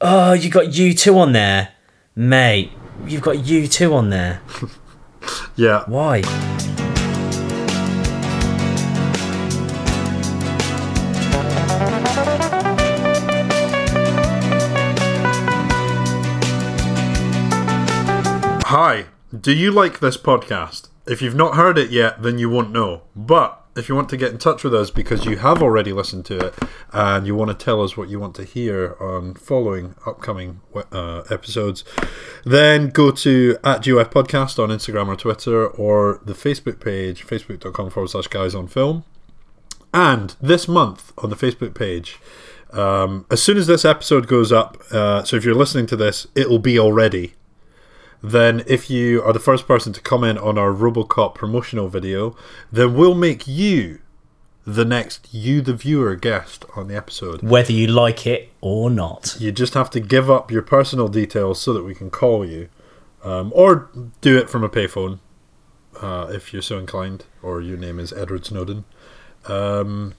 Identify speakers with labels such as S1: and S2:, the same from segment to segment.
S1: Oh, you got U2 on there. Mate, you've got U2 on there.
S2: Yeah.
S1: Why?
S2: Hi. Do you like this podcast? If you've not heard it yet, then you won't know. But if you want to get in touch with us because you have already listened to it and you want to tell us what you want to hear on following upcoming uh, episodes, then go to at GUF Podcast on Instagram or Twitter or the Facebook page, facebook.com forward slash guys on film. And this month on the Facebook page, um, as soon as this episode goes up, uh, so if you're listening to this, it'll be already then if you are the first person to comment on our Robocop promotional video, then we'll make you the next you the viewer guest on the episode.
S1: Whether you like it or not.
S2: You just have to give up your personal details so that we can call you, um, or do it from a payphone uh, if you're so inclined, or your name is Edward Snowden. Um,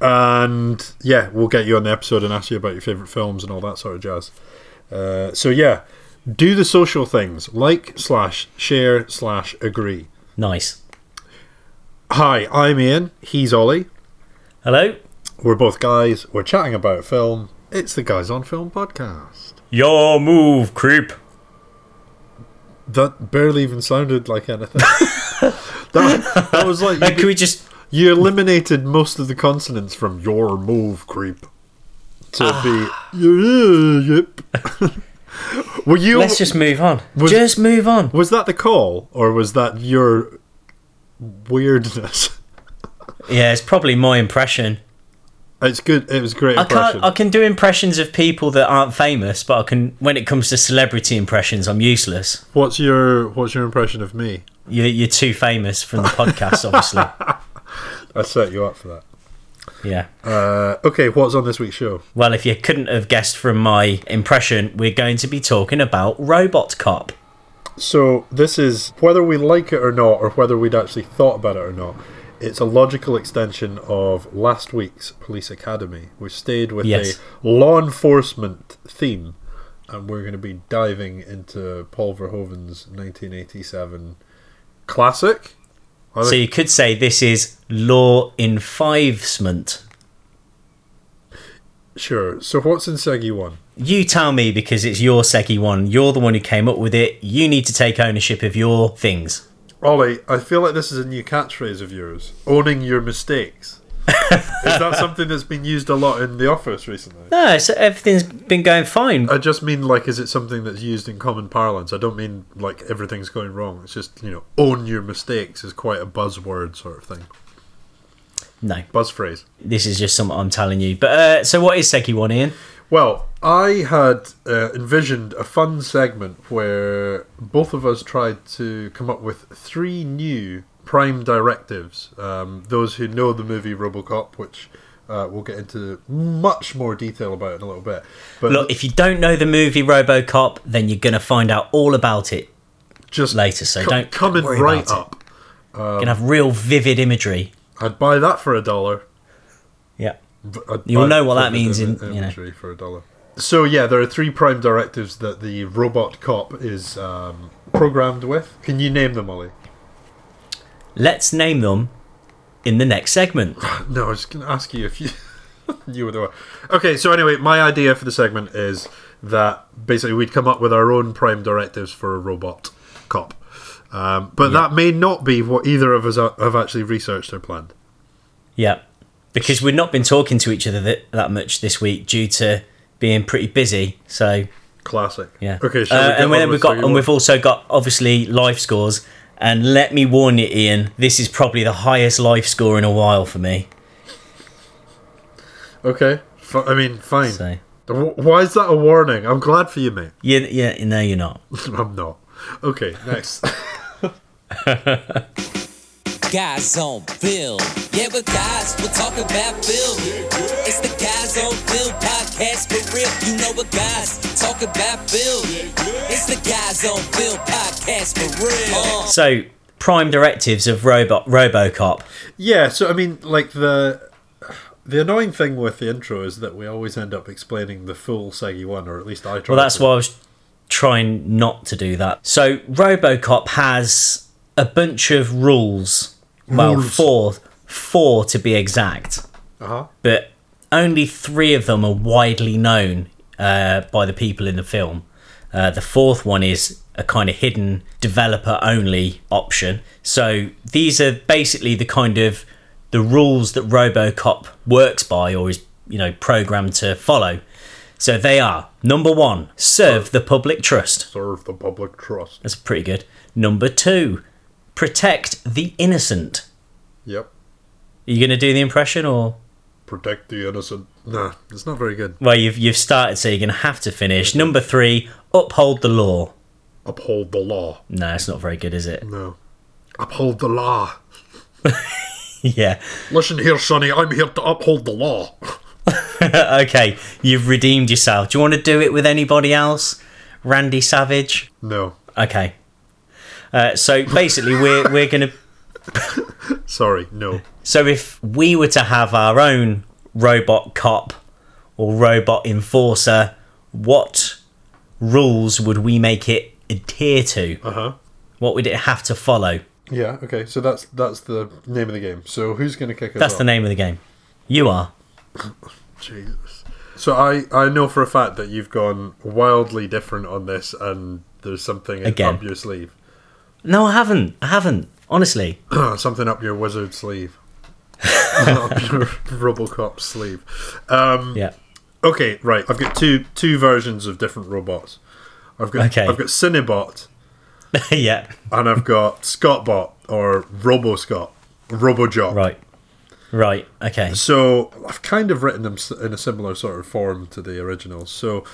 S2: and yeah, we'll get you on the episode and ask you about your favorite films and all that sort of jazz. Uh, so yeah, do the social things like slash share slash agree.
S1: Nice.
S2: Hi, I'm Ian. He's Ollie.
S1: Hello?
S2: We're both guys. We're chatting about film. It's the Guys on Film podcast.
S1: Your move, creep.
S2: That barely even sounded like anything. that, that was like
S1: Like,
S2: you,
S1: can we just.
S2: you eliminated most of the consonants from your move, creep. To
S1: Ah.
S2: be yep. Were you?
S1: Let's just move on.
S2: Was-
S1: just move on.
S2: was that the call, or was that your weirdness?
S1: Yeah, it's probably my impression.
S2: It's good. It was a great
S1: I
S2: impression.
S1: can't. I can do impressions of people that aren't famous, but I can. When it comes to celebrity impressions, I'm useless.
S2: What's your What's your impression of me?
S1: You're, you're too famous from the podcast, obviously.
S2: I set you up for
S1: Yeah.
S2: that. Uh, okay, what's on this week's show?
S1: Well, if you couldn't have guessed from my impression, we're going to be talking about Robot Cop.
S2: So this is whether we like it or not, or whether we'd actually thought about it or not. It's a logical extension of last week's Police Academy. We stayed with
S1: Yes.
S2: a law enforcement theme, and we're going to be diving into Paul Verhoeven's 1987 classic. I
S1: So
S2: think-
S1: you could say this is law enfivesment.
S2: Sure. So what's in Segi one?
S1: You tell me because it's your Seki one. You're the one who came up with it. You need to take ownership of your things.
S2: Ollie, I feel like this is a new catchphrase of yours owning your mistakes. is that something that's been used a lot in The Office recently?
S1: No, so everything's been going fine.
S2: I just mean, like, is it something that's used in common parlance? I don't mean, like, everything's going wrong. It's just, you know, own your mistakes is quite a buzzword sort of thing.
S1: No,
S2: Buzz phrase.
S1: this is just something I'm telling you. But uh, so what is Seki one, Ian?
S2: Well, I had uh, envisioned a fun segment where both of us tried to come up with three new prime directives. Um, those who know the movie RoboCop, which uh, we'll get into much more detail about in a little bit. But
S1: Look, if you don't know the movie RoboCop, then you're gonna find out all about it.
S2: just
S1: later, so don't-
S2: come
S1: don't
S2: in
S1: worry
S2: right
S1: about it.
S2: up.
S1: You're gonna have real vivid imagery.
S2: I'd buy that for a dollar.
S1: Yeah.
S2: I'd
S1: You'll
S2: buy
S1: know
S2: it
S1: what
S2: for
S1: that
S2: uh, the
S1: means in-
S2: dim-
S1: you know.
S2: imagery for a dollar. So yeah, there are three prime directives that the robot cop is um, programmed with. Can you name them, Ollie?
S1: Let's name them in the next segment.
S2: No, I was going to ask you if you you were the one. Okay, so anyway, my idea for the segment is that basically we'd come up with our own prime directives for a robot cop, um, but that may not be what either of us are- have actually researched or planned.
S1: Yeah. Because we've not been talking to each other that, that much this week due to being pretty busy. So
S2: Classic.
S1: yeah.
S2: Okay.
S1: Uh,
S2: Shall we get
S1: and
S2: on
S1: then
S2: with
S1: we've got
S2: Sagi
S1: and
S2: One?
S1: we've also got obviously life scores. And let me warn you, Ian, this is probably the highest life score in a while for me.
S2: Okay. F- I mean, fine.
S1: So
S2: Wh- Why is that a warning? I'm glad for you, mate.
S1: yeah, yeah, no, you're not.
S2: I'm not. Okay. Next.
S3: Guys on film. Yeah, we're guys, we're talking about film. It's the Guys on Film podcast for real. You know what guys talk about film. It's the Guys on Film podcast for real. Uh.
S1: So prime directives of robot RoboCop.
S2: Yeah, so I mean, like the The annoying thing with the intro is that we always end up explaining the full Segi one, or at least I try.
S1: Well, that's
S2: to.
S1: why I was trying not to do that. So RoboCop has a bunch of rules. Well,
S2: Rules.
S1: Oh, four, four to be exact,
S2: Uh-huh.
S1: but only three of them are widely known uh, by the people in the film. Uh, the fourth one is a kind of hidden developer only option. So these are basically the kind of the rules that RoboCop works by or is you know programmed to follow. So they are number one, serve the public trust.
S2: Serve the public trust.
S1: That's pretty good. Number two, protect the innocent.
S2: Yep.
S1: Are you going to do the impression or?
S2: Protect the innocent. Nah, it's not very good.
S1: Well, you've, you've started, so you're going to have to finish. Number three, uphold the law.
S2: Uphold the law.
S1: No, it's not very good, is it?
S2: No. Uphold the law.
S1: yeah.
S2: Listen here, Sonny, I'm here to uphold the law.
S1: okay, you've redeemed yourself. Do you want to do it with anybody else? Randy Savage?
S2: No.
S1: Okay. Uh, so basically, we're, we're going to
S2: Sorry, no.
S1: So if we were to have our own robot cop or robot enforcer, what rules would we make it adhere to?
S2: Uh-huh.
S1: What would it have to follow?
S2: Yeah, okay, so that's that's the name of the game. So who's gonna kick us
S1: That's
S2: off?
S1: the name of the game. You are.
S2: Jesus. So I, I know for a fact that you've gone wildly different on this and there's something
S1: Again.
S2: up your sleeve.
S1: No, I haven't. I haven't. Honestly.
S2: something up your wizard sleeve. up your Robocop sleeve. Um,
S1: Yeah.
S2: Okay, right. I've got two two versions of different robots. I've got
S1: Okay.
S2: I've got Cinebot
S1: yeah.
S2: and I've got Scottbot or RoboScott, RoboJock.
S1: Right. Right. Okay.
S2: So I've kind of written them s- in a similar sort of form to the originals. So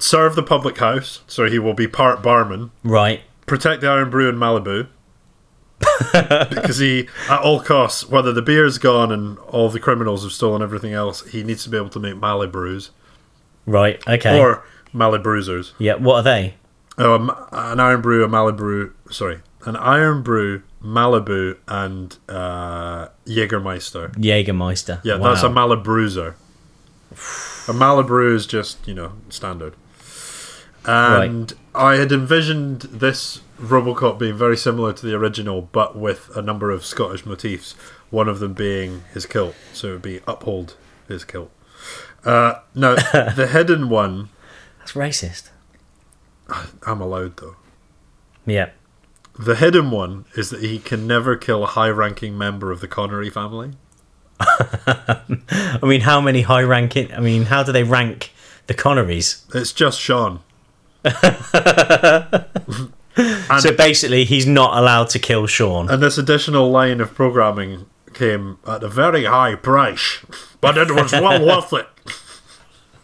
S2: serve the public house, so he will be part barman.
S1: Right.
S2: Protect the Iron Brew in Malibu. because he, at all costs, whether the beer's gone and all the criminals have stolen everything else, he needs to be able to make Malibrews
S1: Right. Okay.
S2: or Malibrusers.
S1: yeah. What are they?
S2: Um, an iron brew, a Malibu, sorry, an iron brew, Malibu, and uh, Jägermeister.
S1: Jägermeister.
S2: Yeah, that's a Malibruiser. A Malibu is just you know standard. And I had envisioned this RoboCop being very similar to the original, but with a number of Scottish motifs. One of them being his kilt, so it would be uphold his kilt. Uh, now the hidden one,
S1: That's racist.
S2: I'm allowed though.
S1: Yeah.
S2: The hidden one is that he can never kill a high ranking member of the Connery family.
S1: I mean, how many high ranking? I mean, how do they rank the Connerys?
S2: It's just Sean. and,
S1: So basically, he's not allowed to kill Sean.
S2: and this additional line of programming came at a very high price, but it was well worth it.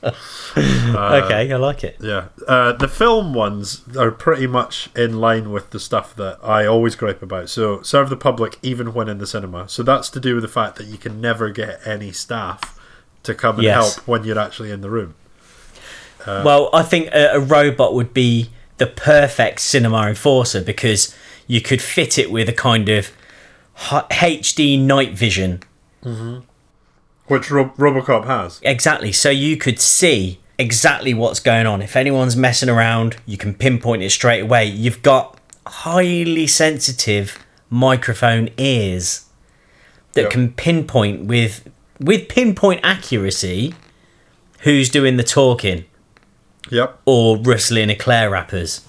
S2: Uh,
S1: okay, I like it.
S2: Yeah. Uh, the film ones are pretty much in line with the stuff that I always gripe about. So, serve the public even when in the cinema. So, that's to do with the fact that you can never get any staff to come and
S1: Yes.
S2: help when you're actually in the room.
S1: well, I think a, a robot would be the perfect cinema enforcer because you could fit it with a kind of hi- HD night vision.
S2: Which Ro- Robocop has.
S1: Exactly. So you could see exactly what's going on. If anyone's messing around, you can pinpoint it straight away. You've got highly sensitive microphone ears that
S2: Yeah.
S1: can pinpoint with with pinpoint accuracy who's doing the talking
S2: Yep.
S1: or rustling eclair wrappers.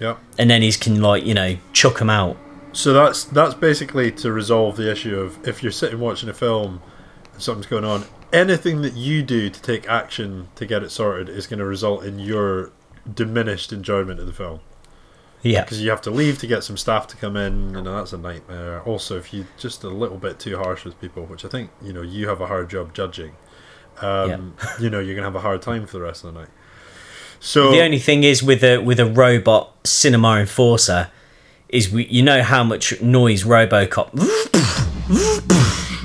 S2: Yep.
S1: And then he's can like, you know, chuck them out.
S2: So that's that's basically to resolve the issue of if you're sitting watching a film and something's going on, anything that you do to take action to get it sorted is going to result in your diminished enjoyment of the film
S1: Yeah.
S2: because you have to leave to get some staff to come in. You know that's a nightmare. Also, if you're just a little bit too harsh with people, which I think you know you have a hard job judging, um, you know you're gonna have a hard time for the rest of the night. So
S1: The only thing is with a with a robot cinema enforcer is we you know how much noise RoboCop.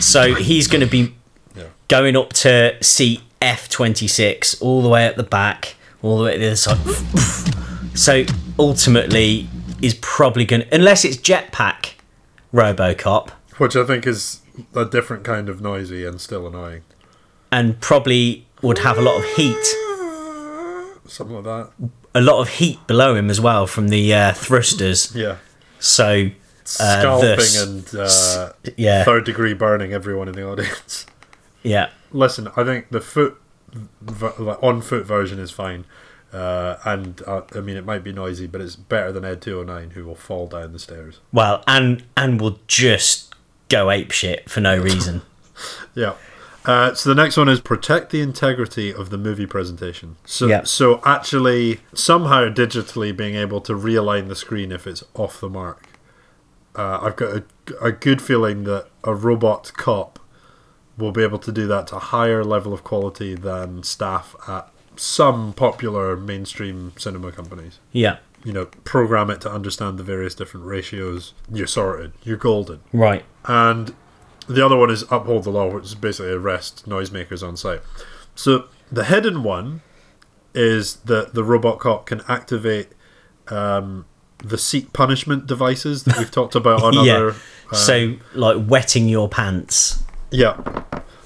S1: so he's going to be
S2: Yeah.
S1: going up to seat F twenty six all the way at the back, all the way to the other side. so ultimately, is probably going to unless it's jetpack RoboCop.
S2: which I think is a different kind of noisy and still annoying.
S1: and probably would have a lot of heat,
S2: Something like that.
S1: a lot of heat below him as well from the uh, thrusters.
S2: Yeah.
S1: So uh,
S2: Scalping
S1: this-
S2: and uh,
S1: yeah,
S2: third degree burning everyone in the audience.
S1: yeah,
S2: Listen, I think the foot, v- like on foot version is fine. Uh, and uh, I mean, it might be noisy, but it's better than Ed 209, who will fall down the stairs.
S1: well, and and will just go ape shit for no reason.
S2: Yeah. Uh, so the next one is protect the integrity of the movie presentation. So,
S1: Yeah.
S2: so actually, somehow digitally being able to realign the screen if it's off the mark. Uh, I've got a, a good feeling that a robot cop will be able to do that to a higher level of quality than staff at some popular mainstream cinema companies.
S1: yeah,
S2: You know, program it to understand the various different ratios. You're sorted. You're golden.
S1: right.
S2: And the other one is uphold the law, which is basically arrest noisemakers on site. So the hidden one is that the robot cop can activate um, the seat punishment devices that we've talked about on other.
S1: yeah. so like wetting your pants.
S2: Yeah.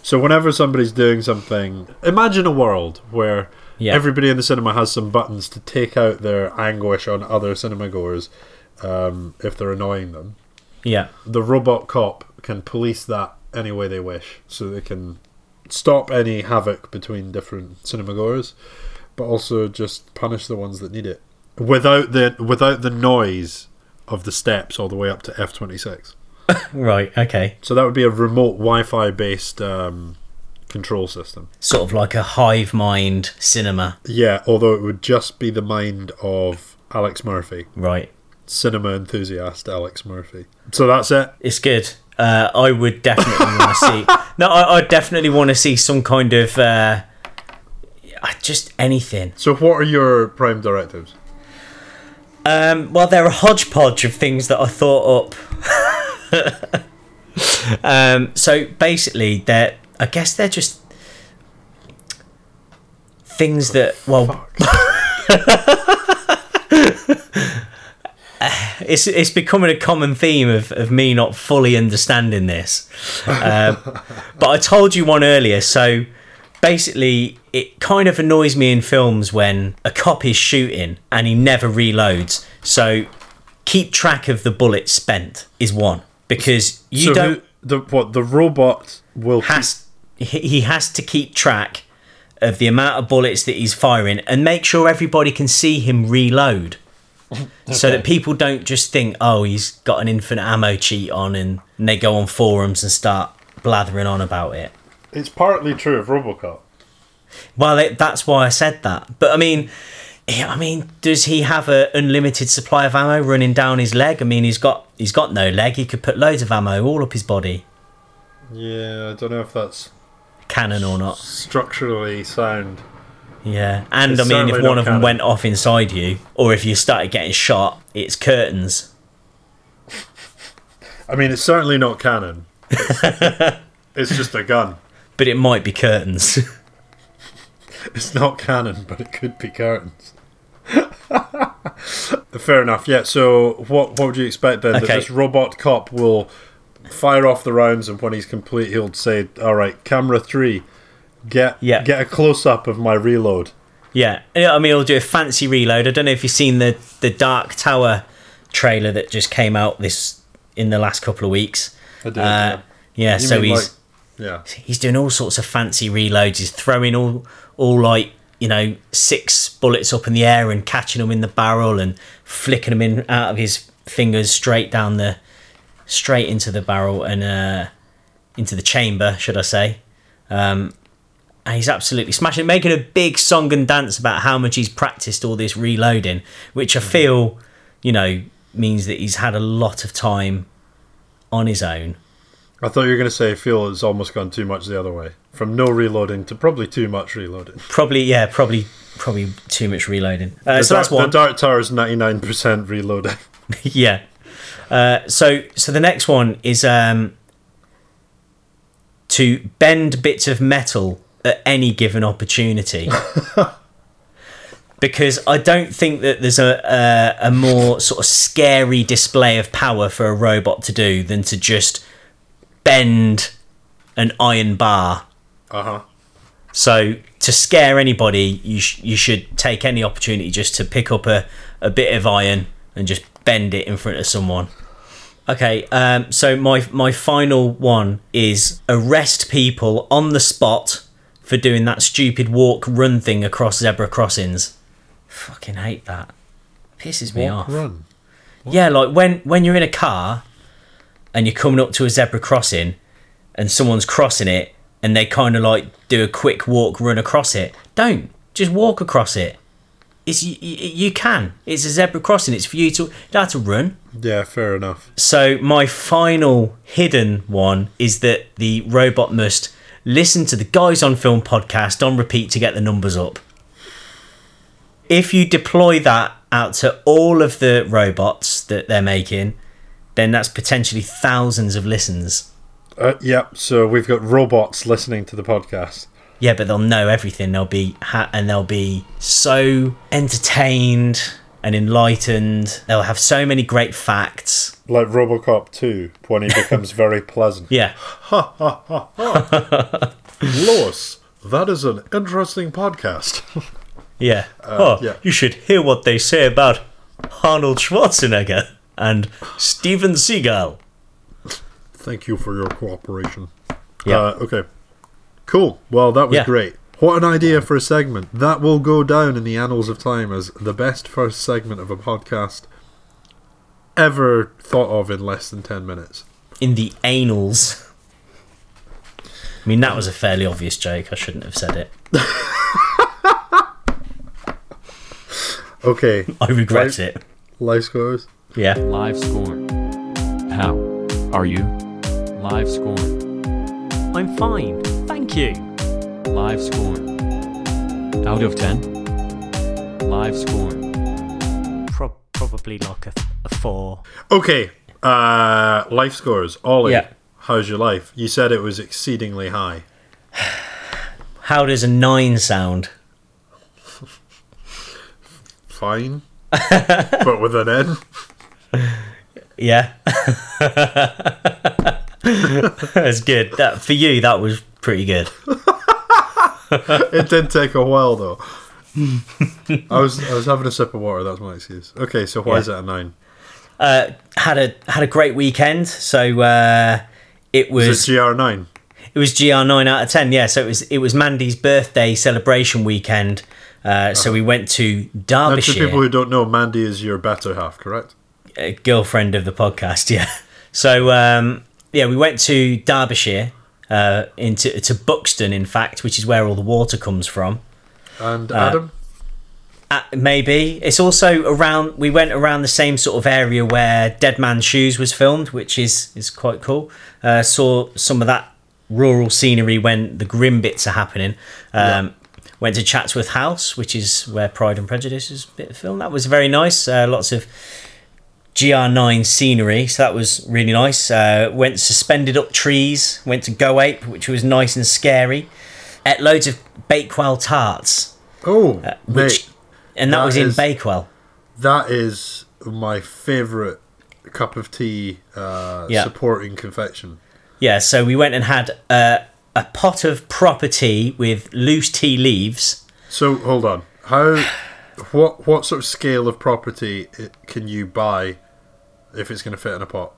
S2: So whenever somebody's doing something, imagine a world where
S1: Yeah.
S2: everybody in the cinema has some buttons to take out their anguish on other cinema goers um, if they're annoying them
S1: Yeah,
S2: the robot cop can police that any way they wish, so they can stop any havoc between different cinemagoers, but also just punish the ones that need it without the without the noise of the steps all the way up to F twenty six.
S1: right. Okay.
S2: So that would be a remote Wi-Fi based um, control system.
S1: Sort of like a hive mind cinema.
S2: Yeah, although it would just be the mind of Alex Murphy,
S1: Right.
S2: cinema enthusiast Alex Murphy. So that's it.
S1: It's good. Uh, I would definitely want to see. No, I, I definitely want to see some kind of uh, I- just anything.
S2: So what are your prime directives?
S1: Um, well, they're a hodgepodge of things that I thought up. um, so basically, they're I guess they're just things that well, it's it's becoming a common theme of, of me not fully understanding this. Um, but I told you one earlier, so basically it kind of annoys me in films when a cop is shooting and he never reloads. So keep track of the bullets spent is one because you
S2: so
S1: don't
S2: who- the what the robot will
S1: has he he has to keep track of the amount of bullets that he's firing and make sure everybody can see him reload so that people don't just think oh he's got an infinite ammo cheat on and, and they go on forums and start blathering on about it
S2: It's partly true of RoboCop.
S1: well it, that's why i said that but i mean yeah, i mean does he have an unlimited supply of ammo running down his leg i mean he's got he's got no leg he could put loads of ammo all up his body
S2: Yeah, I don't know if that's
S1: cannon or not
S2: structurally sound.
S1: Yeah, and
S2: It's
S1: I mean, if
S2: certainly
S1: one
S2: not
S1: of them
S2: canon.
S1: went off inside you, or if you started getting shot, it's curtains.
S2: I mean, it's certainly not canon. It's, it's just a gun.
S1: But it might be curtains.
S2: It's not canon, but it could be curtains. Fair enough. Yeah. So, what what would you expect then?
S1: Okay.
S2: That this robot cop will fire off the rounds, and when he's complete, he'll say, "All right, camera three, get
S1: Yeah.
S2: get a close up of my reload."
S1: yeah, Yeah, I mean, it'll do a fancy reload. I don't know if you've seen the the Dark Tower trailer that just came out this in the last couple of weeks.
S2: I did,
S1: Uh, yeah,
S2: You
S1: so
S2: mean,
S1: he's
S2: like- yeah.
S1: he's doing all sorts of fancy reloads. He's throwing all all like you know six bullets up in the air and catching them in the barrel and flicking them in out of his fingers straight down the straight into the barrel and uh, into the chamber, should I say? Um, and he's absolutely smashing, making a big song and dance about how much he's practiced all this reloading, which I feel, you know, means that he's had a lot of time on his own.
S2: I thought you were going to say feel it's almost gone too much the other way. From no reloading to probably too much reloading.
S1: Probably, yeah, probably, probably too much reloading. Uh,
S2: The
S1: so that's
S2: Dark-
S1: one.
S2: The Dark Tower is 99% reloading.
S1: yeah. Uh, so, so the next one is um, to bend bits of metal at any given opportunity. Because I don't think that there's a, a a more sort of scary display of power for a robot to do than to just bend an iron bar.
S2: Uh huh.
S1: So to scare anybody, you sh- you should take any opportunity just to pick up a, a bit of iron and just bend it in front of someone. Okay, um, so my my final one is arrest people on the spot for doing that stupid walk run thing across zebra crossings. Fucking hate that. Pisses me off.
S2: Run.
S1: Yeah, like when when you're in a car and you're coming up to a zebra crossing and someone's crossing it and they kind of like do a quick walk run across it. Don't. Just walk across it. It's you, you can. It's a zebra crossing. It's for you to that's a run.
S2: Yeah, fair enough.
S1: So my final hidden one is that the robot must listen to the Guys on Film podcast on repeat to get the numbers up. If you deploy that out to all of the robots that they're making, then that's potentially thousands of listens.
S2: Uh, yeah, so we've got robots listening to the podcast.
S1: Yeah, but they'll know everything. They'll be ha- and they'll be so entertained and enlightened. They'll have so many great facts.
S2: Like Robocop 2, when he becomes very pleasant.
S1: Yeah.
S2: Lois, that is an interesting podcast.
S1: Yeah. oh,
S2: Uh, yeah.
S1: you should hear what they say about Arnold Schwarzenegger and Steven Seagal.
S2: Thank you for your cooperation.
S1: Yeah.
S2: Uh, okay. Cool. Well, that was
S1: Yeah.
S2: great. What an idea for a segment. That will go down in the annals of time as the best first segment of a podcast ever thought of in less than 10 minutes.
S1: In the anals. I mean, that was a fairly obvious joke. I shouldn't have said it.
S2: Okay.
S1: I regret
S2: Right.
S1: it.
S2: Life scores.
S1: Yeah.
S4: Live score. How are you? Live score.
S1: I'm fine. Thank you.
S4: Live score. Out of 10. Live score.
S1: Pro- probably like a, a four.
S2: Okay. Uh, life scores. Ollie,
S1: Yeah.
S2: how's your life? You said it was exceedingly high.
S1: How does a nine sound?
S2: Fine. but with an N.
S1: Yeah. That's good. That for you, that was pretty good.
S2: it did take a while though. I was I was having a sip of water. That's my excuse. Okay, so why is it a nine?
S1: Uh, had a had a great weekend. So uh, it was
S2: Is it GR nine?
S1: It was GR nine out of ten. Yeah, so it was it was Mandy's birthday celebration weekend. Uh, so we went to
S2: And to
S1: Derbyshire.
S2: Oh. people who don't know, Mandy is your better half, correct?
S1: a girlfriend of the podcast. Yeah. So um, yeah, we went to Derbyshire uh, into to Buxton, in fact, which is where all the water comes from.
S2: And Adam,
S1: Uh, maybe it's also around. We went around the same sort of area where Dead Man's Shoes was filmed, which is is quite cool. Uh, saw some of that rural scenery when the grim bits are happening. Um, Went to Chatsworth House, which is where Pride and Prejudice is bit filmed. That was very nice. Uh, lots of GR9 scenery, so that was really nice. Uh, went suspended up trees. Went to Go Ape, which was nice and scary. Ate loads of Bakewell tarts
S2: oh mate,
S1: uh, which and that,
S2: that
S1: was in
S2: is-
S1: Bakewell.
S2: that is my favorite cup of tea uh,
S1: Yeah.
S2: supporting confection.
S1: Yeah, so we went and had uh, a pot of proper tea with loose tea leaves.
S2: So hold on, how what what sort of scale of property it, can you buy if it's going to fit in a pot?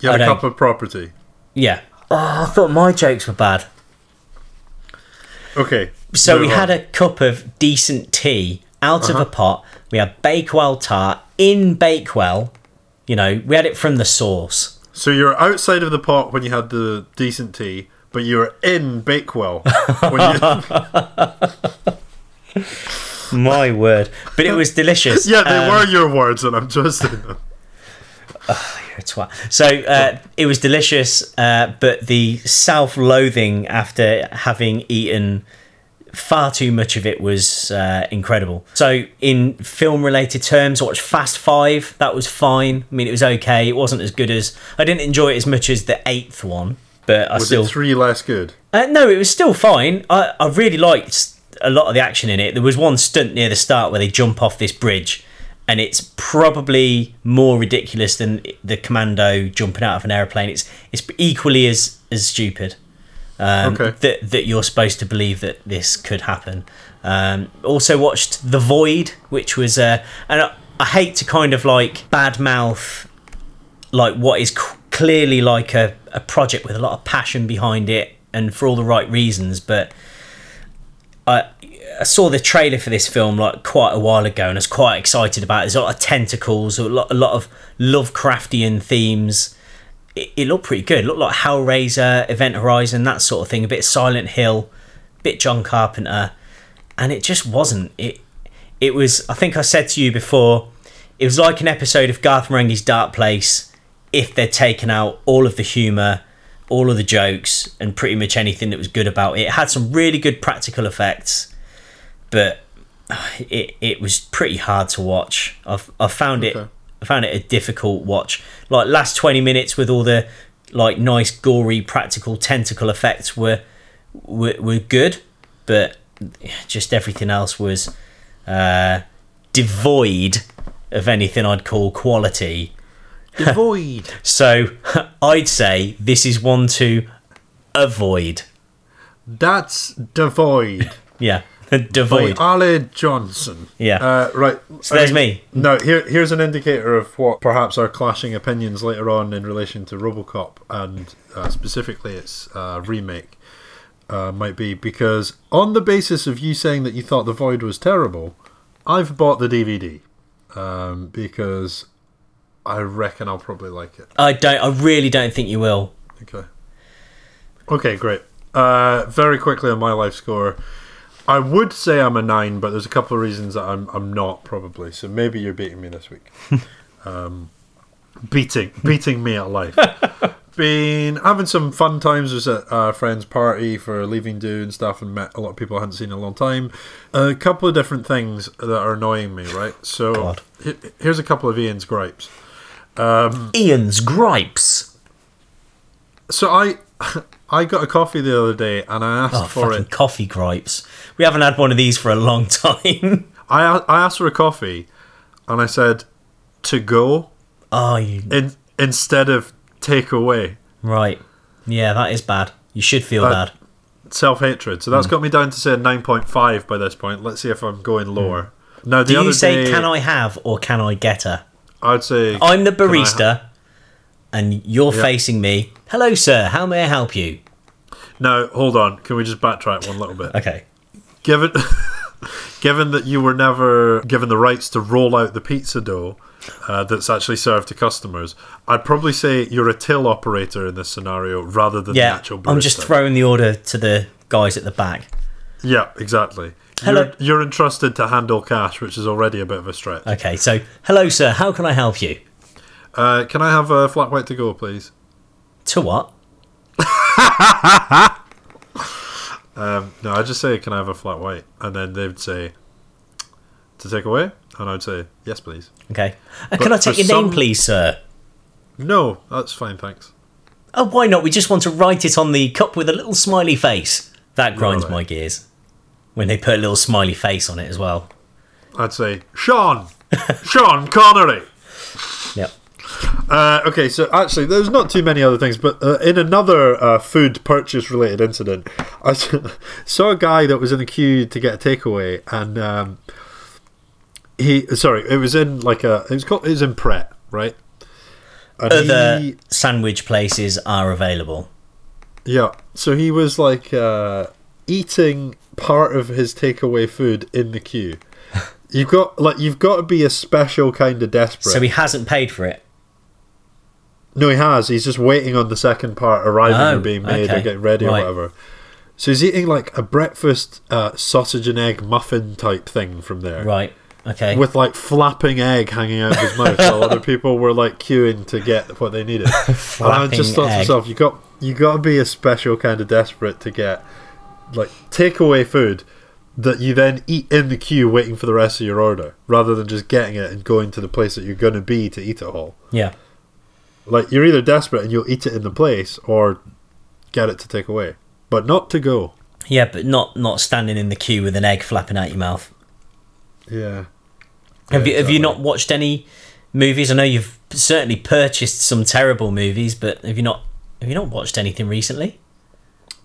S2: You had
S1: I
S2: a
S1: don't-
S2: cup of property.
S1: Yeah. Oh, I thought my jokes were bad.
S2: Okay.
S1: So we
S2: move on.
S1: had a cup of decent tea out of a pot. We had Bakewell tart in Bakewell. You know, we had it from the source.
S2: So you were outside of the pot when you had the decent tea, but you were in Bakewell. When you,
S1: My word. But it was delicious.
S2: yeah, they
S1: Um,
S2: were your words, and I'm twisting them.
S1: You're a twat. So uh, it was delicious, uh, but the self-loathing after having eaten far too much of it was uh, incredible. So in film-related terms, I watched Fast Five. That was fine. I mean, it was okay. It wasn't as good as I didn't enjoy it as much as the eighth one, but I
S2: Was
S1: still
S2: it three less good?
S1: uh, no, it was still fine. I, I really liked a lot of the action in it. There was one stunt near the start where they jump off this bridge and it's probably more ridiculous than the commando jumping out of an airplane. It's it's equally as as stupid. Um,
S2: Okay.
S1: That that you're supposed to believe that this could happen. Um, also watched The Void, which was uh, and I, I hate to kind of like badmouth like what is c- clearly like a, a project with a lot of passion behind it and for all the right reasons but I, I saw the trailer for this film like quite a while ago and I was quite excited about it. There's a lot of tentacles, a lot, a lot of Lovecraftian themes. It, it looked pretty good. It looked like Hellraiser, Event Horizon, that sort of thing. A bit Silent Hill, a bit John Carpenter, and it just wasn't. It it was. I think I said to you before. It was like an episode of Garth Marenghi's Dark Place if they'd taken out all of the humour, all of the jokes, and pretty much anything that was good about it. It had some really good practical effects, but uh, it it was pretty hard to watch. I've I found it
S2: Okay.
S1: I found it a difficult watch. Like last twenty minutes with all the like nice gory practical tentacle effects were were, were good, but just everything else was uh, devoid of anything I'd call quality.
S2: Devoid.
S1: So I'd say this is one to avoid.
S2: That's devoid.
S1: Yeah, devoid.
S2: By Ale Johnson.
S1: Yeah.
S2: Uh, right.
S1: So there's me.
S2: No, here, here's an indicator of what perhaps are clashing opinions later on in relation to Robocop and uh, specifically its uh, remake uh, might be because on the basis of you saying that you thought The Void was terrible, I've bought the DVD um, because I reckon I'll probably like it.
S1: I don't. I really don't think you will.
S2: Okay. Okay, great. Uh, very quickly on my life score, I would say I'm a nine, but there's a couple of reasons that I'm I'm not probably. So maybe you're beating me this week. um, beating beating me at life. Been having some fun times. Was at a friend's party for Leaving Do and stuff, and met a lot of people I hadn't seen in a long time. A couple of different things that are annoying me. Right, so
S1: God.
S2: he- here's a couple of Ian's gripes.
S1: Ian's gripes.
S2: So I I got a coffee the other day and I asked
S1: Oh,
S2: for
S1: fucking
S2: it.
S1: coffee gripes. We haven't had one of these for a long time.
S2: I I asked for a coffee and I said to go
S1: oh, you,
S2: in, instead of take away.
S1: right. Yeah, that is bad. You should feel
S2: Uh,
S1: bad.
S2: Self hatred. So
S1: Hmm.
S2: that's got me down to say nine point five by this point. Let's see if I'm going lower. Now
S1: Hmm.
S2: the
S1: Do
S2: other
S1: you say
S2: day,
S1: "can I have" or "can I get her"?
S2: I'd say
S1: I'm the
S2: "Can I ha-"
S1: barista, and you're facing me. Hello, sir. How may I help you?
S2: Now hold on. Can we just backtrack one little bit?
S1: Okay.
S2: given given that you were never given the rights to roll out the pizza dough uh, that's actually served to customers, I'd probably say you're a till operator in this scenario rather than the
S1: Yeah,
S2: actual barista.
S1: I'm just throwing the order to the guys at the back.
S2: Yeah, exactly.
S1: Hello.
S2: You're, you're entrusted to handle cash, which is already a bit of a stretch.
S1: Okay, so hello, sir. How can I help you?
S2: Uh, can I have a flat white to go, please?
S1: To what?
S2: No, I just say, can I have a flat white? And then they'd say, to take away? And I'd say, yes, please.
S1: Okay. Uh, can I take
S2: for
S1: your
S2: some-
S1: name, please, sir?
S2: No, that's fine, thanks.
S1: Oh, why not? We just want to write it on the cup with a little smiley face. That grinds
S2: Right.
S1: my gears. When they put a little smiley face on it as well.
S2: I'd say, Sean! Sean Connery!
S1: Yep.
S2: Uh, okay, so actually, there's not too many other things, but uh, in another uh, food purchase related incident, I s- saw a guy that was in the queue to get a takeaway, and um, he sorry, it was in like a it was called it was in Pret, right? And
S1: Other
S2: he-
S1: sandwich places are available.
S2: yeah, so he was like uh, eating part of his takeaway food in the queue. You've got like you've got to be a special kind of desperate.
S1: So he hasn't paid for it.
S2: No, he has. He's just waiting on the second part arriving
S1: Oh,
S2: or being made
S1: okay.
S2: or getting ready
S1: Right.
S2: or whatever. So he's eating like a breakfast uh, sausage and egg muffin type thing from there.
S1: Right. Okay.
S2: With like flapping egg hanging out of his mouth while other people were like queuing to get what they needed. and I
S1: Flapping
S2: just thought to
S1: egg.
S2: myself, you got you gotta be a special kind of desperate to get like takeaway food that you then eat in the queue waiting for the rest of your order, rather than just getting it and going to the place that you're gonna be to eat it all.
S1: yeah.
S2: Like you're either desperate and you'll eat it in the place or get it to take away, but not to go.
S1: Yeah, but not not standing in the queue with an egg flapping out your mouth.
S2: Yeah.
S1: Have you have you not watched any movies? I know you've certainly purchased some terrible movies, but have you not have you not watched anything recently?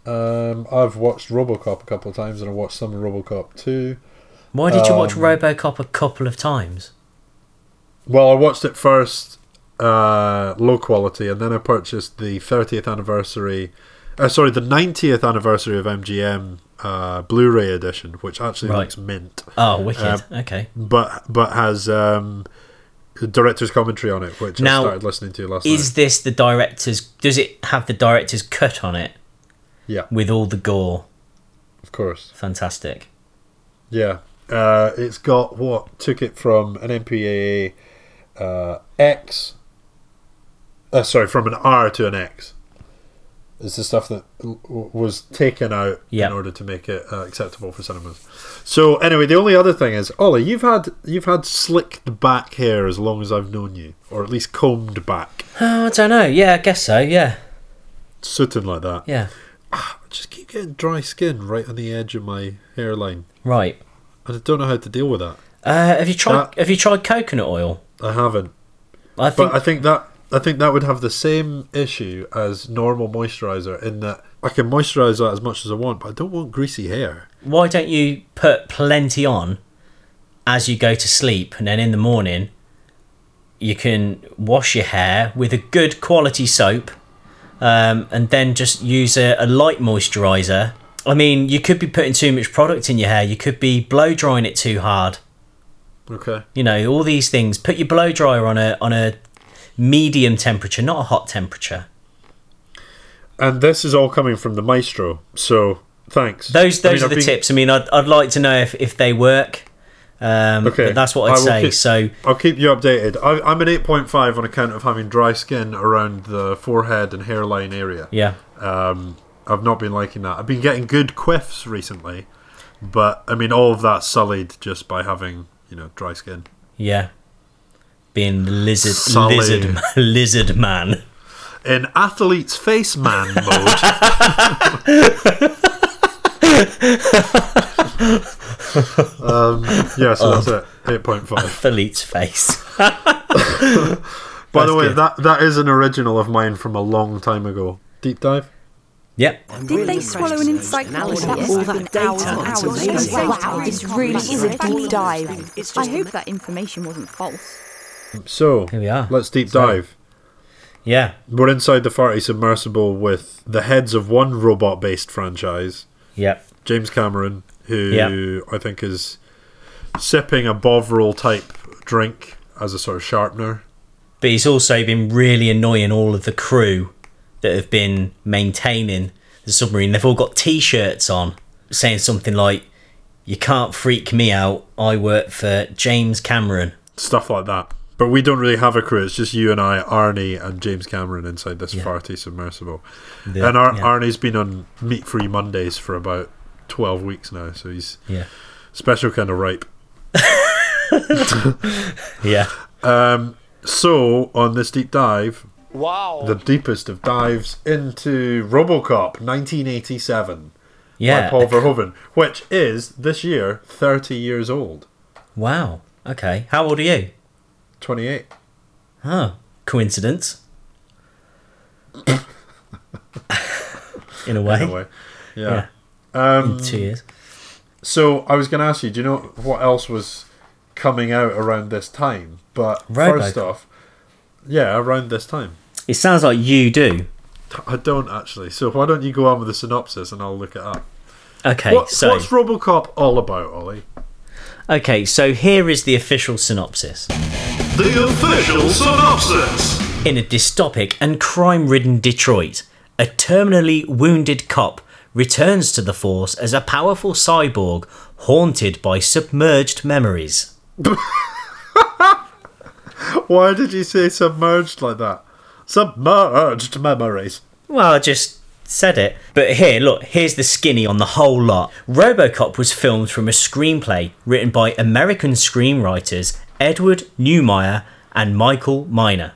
S2: Um, I've watched RoboCop a couple of times, and I watched some of RoboCop two.
S1: Why did you
S2: Um,
S1: watch RoboCop a couple of times?
S2: Well, I watched it first, uh, low quality, and then I purchased the 30th anniversary, uh, sorry, the 90th anniversary of MGM uh, Blu-ray edition, which actually
S1: Right.
S2: looks mint,
S1: Oh, wicked.
S2: Um,
S1: okay.
S2: but but has um, director's commentary on it, which
S1: Now,
S2: I started listening to last
S1: Is this the director's? Does it have the director's cut on it
S2: night. Yeah,
S1: with all the gore?
S2: of course.
S1: Fantastic.
S2: Yeah, uh, it's got what took it from an MPAA uh, X. Uh, sorry, from an R to an X. It's the stuff that w- w- was taken out
S1: Yeah.
S2: in order to make it uh, acceptable for cinemas. So anyway, the only other thing is, Ollie, you've had you've had slicked back hair as long as I've known you, or at least combed back,
S1: Oh, I don't know. Yeah, I guess so. Yeah,
S2: sooting like that.
S1: yeah.
S2: I just keep getting dry skin right on the edge of my hairline,
S1: Right.
S2: and I don't know how to deal with that.
S1: Uh, have you tried?
S2: That-
S1: have you tried coconut oil?
S2: I haven't.
S1: I think.
S2: But I think that I think that would have the same issue as normal moisturizer in that I can moisturize that as much as I want, but I don't want greasy hair.
S1: why don't you put plenty on as you go to sleep, and then in the morning you can wash your hair with a good quality soap, um, and then just use a, a light moisturizer. I mean, you could be putting too much product in your hair. You could be blow drying it too hard.
S2: Okay.
S1: you know all these things put your blow dryer on a on a medium temperature not a hot temperature
S2: And this is all coming from the maestro, so thanks.
S1: those
S2: I mean,
S1: those
S2: I've
S1: are the
S2: been-
S1: tips i mean I'd, I'd like to know if, if they work um
S2: Okay,
S1: but that's
S2: I
S1: what i'd
S2: will
S1: say
S2: keep-
S1: so
S2: I'll keep you updated. I, I'm an 8.5 on account of having dry skin around the forehead and hairline area.
S1: yeah
S2: Um, I've not been liking that. I've been getting good quiffs recently, but I mean, all of that's sullied just by having you know dry skin.
S1: yeah being lizard
S2: Sully.
S1: lizard lizard man
S2: in athlete's face man mode. um, yeah, so that's it. Eight point five.
S1: Philippe's face
S2: By the
S1: that's
S2: way,
S1: good.
S2: that that is an original of mine from a long time ago. Deep dive.
S1: yep
S5: Did they swallow an encyclopedia? All that data.
S6: That's amazing.
S5: Wow, this really is a deep dive.
S6: I hope that information wasn't false.
S2: So
S1: Here we are.
S2: Let's deep
S1: So-
S2: dive.
S1: yeah
S2: We're inside the farty submersible with the heads of one robot-based franchise,
S1: yep
S2: James Cameron, who
S1: Yeah.
S2: I think is sipping a Bovril type drink as a sort of sharpener.
S1: but he's also been really annoying all of the crew that have been maintaining the submarine. They've all got T-shirts on saying something like, "You can't freak me out. I work for James Cameron."
S2: stuff like that. But we don't really have a crew. It's just you and I, Arnie, and James Cameron inside this farty submersible.
S1: Yeah,
S2: and Ar-
S1: yeah.
S2: Arnie's been on meat free Mondays for about 12 weeks now, so he's
S1: Yeah,
S2: special kind of ripe.
S1: yeah,
S2: So, on this deep dive, wow, the deepest of dives into Robocop 1987 by
S1: yeah.
S2: Paul Verhoeven, which is this year 30 years old.
S1: Wow. Okay. How old are you?
S2: 28.
S1: Huh. Coincidence. In a way.
S2: Anyway.
S1: Yeah.
S2: Yeah. Um,
S1: In two years.
S2: So I was going to ask you, do you know what else was coming out around this time? But
S1: Robo-
S2: first off, yeah, around this time.
S1: It sounds like you do.
S2: I don't actually. So why don't you go on with the synopsis and I'll look it up.
S1: Okay.
S2: What-
S1: so
S2: What's RoboCop all about, Ollie?
S1: okay. So here is the official synopsis.
S2: The official synopsis.
S1: In a dystopic and crime ridden Detroit, a terminally wounded cop returns to the force as a powerful cyborg haunted by submerged memories.
S2: Why did you say submerged like that? Submerged memories.
S1: Well, I just said it. But here, look, here's the skinny on the whole lot. Robocop was filmed from a screenplay written by American screenwriters Edward Neumeier and Michael Miner.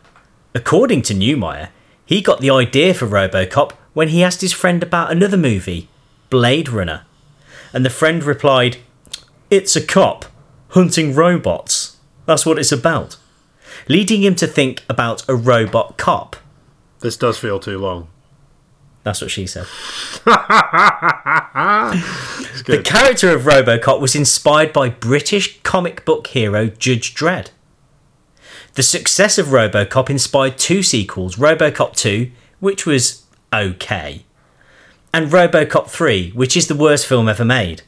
S1: According to Neumeier, he got the idea for Robocop when he asked his friend about another movie, Blade Runner. And the friend replied, It's a cop hunting robots. That's what it's about. Leading him to think about a robot cop.
S2: This does feel too long.
S1: That's what she said.
S2: It's
S1: The
S2: good.
S1: character of Robocop was inspired by British comic book hero Judge Dredd. The success of Robocop inspired two sequels Robocop 2, which was okay, and Robocop 3, which is the worst film ever made.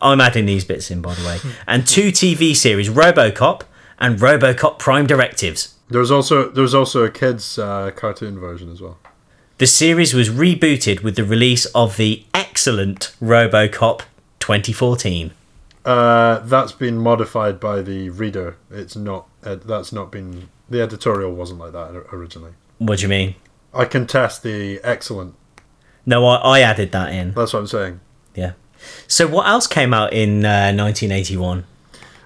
S1: I'm adding these bits in, by the way. And two TV series Robocop and Robocop Prime Directives.
S2: There's also there's also a kids uh, cartoon version as well.
S1: The series was rebooted with the release of the excellent Robocop 2014.
S2: Uh, that's been modified by the reader. It's not. Uh, that's not been. The editorial wasn't like that or- originally.
S1: What do you mean?
S2: I contest the excellent.
S1: No, I, I added that in.
S2: That's what I'm saying.
S1: Yeah. So what else came out in uh, 1981?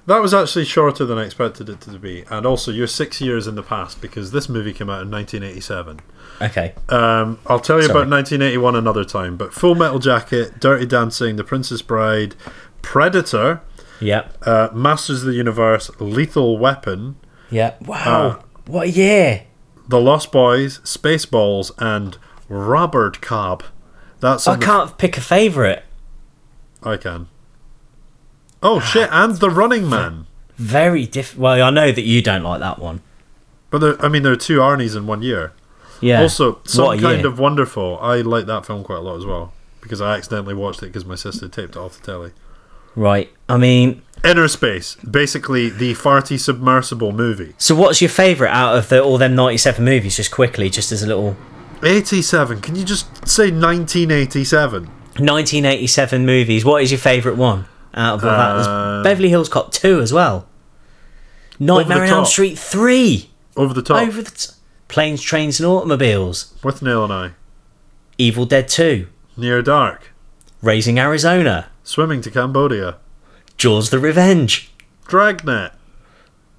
S2: That was actually shorter than I expected it to be, and also you're six years in the past because this movie came out in 1987.
S1: Okay.
S2: Um, I'll tell you
S1: Sorry.
S2: about 1981 another time. But Full Metal Jacket, Dirty Dancing, The Princess Bride, Predator,
S1: Yep.
S2: uh, Masters of the Universe, Lethal Weapon,
S1: Yep. Wow.
S2: Uh,
S1: what a year.
S2: The Lost Boys, Spaceballs, and Robert Cobb. That's
S1: I
S2: on the-
S1: can't pick a favourite.
S2: I can. Oh shit! And The Running Man.
S1: Very diff. Well, I know that you don't like that one.
S2: But there, I mean, there are two Arnie's in one year.
S1: Yeah.
S2: Also,
S1: What
S2: some
S1: a
S2: kind
S1: year.
S2: of wonderful. I like that film quite a lot as well because I accidentally watched it because my sister taped it off the telly.
S1: Right. I mean,
S2: Inner Space, basically the farty submersible movie.
S1: so what's your favourite out of the, all them 97 movies? Just quickly, just as a little.
S2: 87. Can you just say 1987?
S1: 1987 movies. What is your favourite one out of all that?
S2: Uh,
S1: There's Beverly Hills Cop 2 as well. Nightmare on Elm
S2: Top.
S1: Street 3.
S2: Over the top.
S1: Over the t- Planes, Trains and Automobiles.
S2: With Neil and I.
S1: Evil Dead 2.
S2: Near Dark.
S1: Raising Arizona,
S2: Swimming to Cambodia.
S1: Jaws the Revenge,
S2: Dragnet.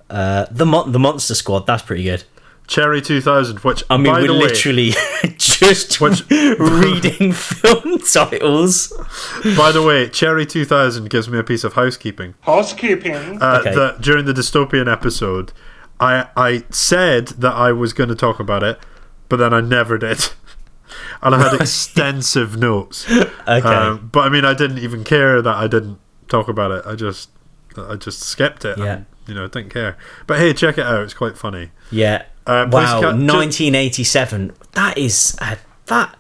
S1: uh, the Mon- the Monster Squad. That's pretty good.
S2: Cherry 2000, which
S1: I mean,
S2: by
S1: we're
S2: the way,
S1: literally just
S2: Which-
S1: reading film titles.
S2: by the way, Cherry 2000 gives me a piece of housekeeping.
S7: Housekeeping.
S2: Uh,
S1: Okay.
S2: that during the dystopian episode, I I said that I was going to talk about it, but then I never did, and I had extensive notes.
S1: Okay,
S2: Um, but I mean, I didn't even care that I didn't talk about it. I just, I just skipped it.
S1: Yeah.
S2: and, you know, didn't care. But hey, check it out. It's quite funny.
S1: yeah.
S2: uh, please
S1: wow,
S2: ca- ju-
S1: 1987. That is a, that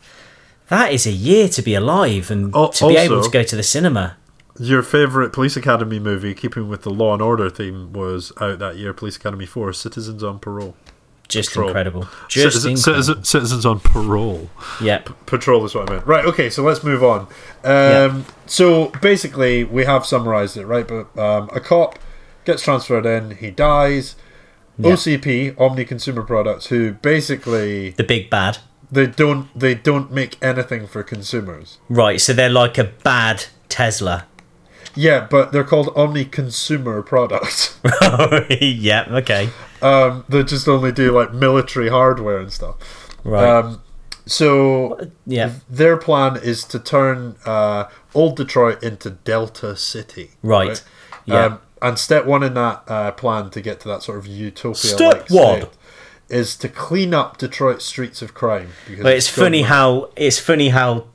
S1: that is a year to be alive and
S2: Al-
S1: to be able
S2: also-
S1: to go to the cinema.
S2: Your favorite Police Academy movie, keeping with the Law and Order theme, was out that year. Police Academy Four: Citizens on Parole.
S1: Just
S2: Patrol.
S1: incredible. Just
S2: Citizen-
S1: incredible.
S2: Citizen- citizens on Parole.
S1: Yep.
S2: Patrol is what I meant. Right. Okay. So let's move on. Um,
S1: Yeah.
S2: So basically, we have summarized it, right? But um, a cop gets transferred in. He dies. OCP Omni Consumer Products, who basically
S1: The big bad.
S2: they don't they don't make anything for consumers.
S1: Right. So they're like a bad Tesla.
S2: Yeah, but they're called Omni Consumer Products.
S1: yep. Okay.
S2: um, they just only do like military hardware and stuff.
S1: Right.
S2: Um, so
S1: yeah.
S2: their plan is to turn uh, old Detroit into Delta City.
S1: Right. Yeah.
S2: Um, and step one in that uh, plan to get to that sort of utopia.
S1: Step one.
S2: is to clean up Detroit streets of crime. Because
S1: But it's
S2: gone
S1: funny
S2: mad.
S1: how it's funny how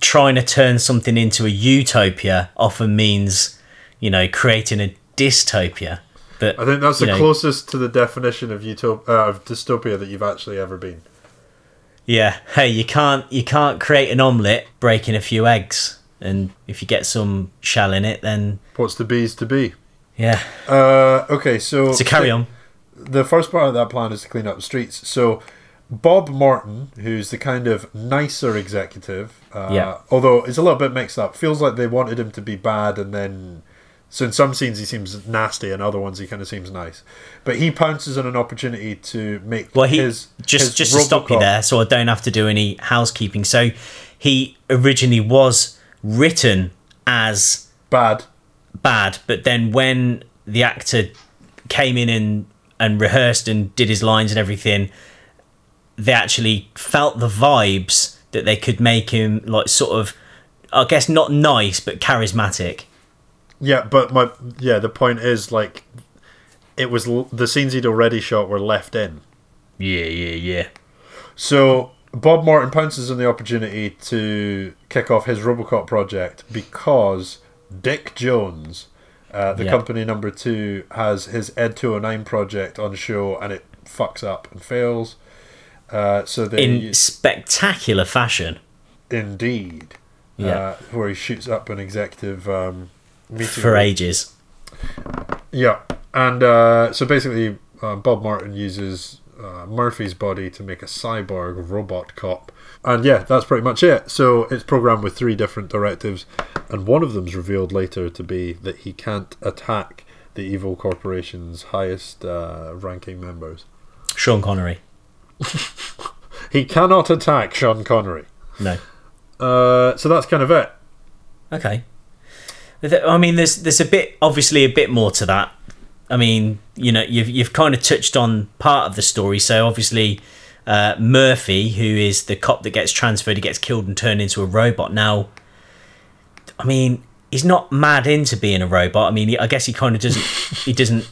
S1: trying to turn something into a utopia often means, you know, creating a dystopia. But
S2: I think that's the
S1: you know,
S2: closest to the definition of utopia uh, of dystopia that you've actually ever been.
S1: Yeah. Hey, you can't you can't create an omelette breaking a few eggs, and if you get some shell in it, then
S2: What's the bees to be?
S1: yeah.
S2: Uh, okay, so
S1: So carry on.
S2: the first part of that plan is to clean up the streets. So Bob Morton, who's the kind of nicer executive, uh,
S1: Yeah.
S2: although it's a little bit mixed up, feels like they wanted him to be bad and then. So in some scenes he seems nasty, and other ones he kind of seems nice. But he pounces on an opportunity to make
S1: Well, he
S2: his
S1: just
S2: his
S1: just to stop you
S2: Robocop-
S1: there, so I don't have to do any housekeeping. So he originally was written as
S2: Bad,
S1: bad. But then when the actor came in and and rehearsed and did his lines and everything, they actually felt the vibes that they could make him like sort of, I guess not nice but charismatic.
S2: Yeah, but my yeah, the point is like it was l- the scenes he'd already shot were left in.
S1: Yeah, yeah, yeah.
S2: So Bob Morton pounces on the opportunity to kick off his RoboCop project because Dick Jones, uh, the
S1: Yeah.
S2: company number two, has his Ed Two Hundred Nine project on show and it fucks up and fails. Uh, so they
S1: In spectacular fashion.
S2: indeed, uh,
S1: Yeah.
S2: where he shoots up an executive um, meeting
S1: for
S2: room.
S1: ages.
S2: Yeah, and uh, so basically, uh, Bob Martin uses uh, Murphy's body to make a cyborg robot cop, and yeah, that's pretty much it. So it's programmed with three different directives, and one of them's revealed later to be that he can't attack the evil corporation's highest uh, ranking members.
S1: Sean Connery.
S2: He cannot attack Sean Connery.
S1: No.
S2: Uh, so that's kind of it.
S1: Okay. Th- I mean, there's there's a bit, obviously, a bit more to that. I mean, you know, you've you've kind of touched on part of the story. So obviously, uh, Murphy, who is the cop that gets transferred, he gets killed and turned into a robot. Now, I mean, he's not mad into being a robot. I mean, he, I guess he kind of doesn't. he doesn't.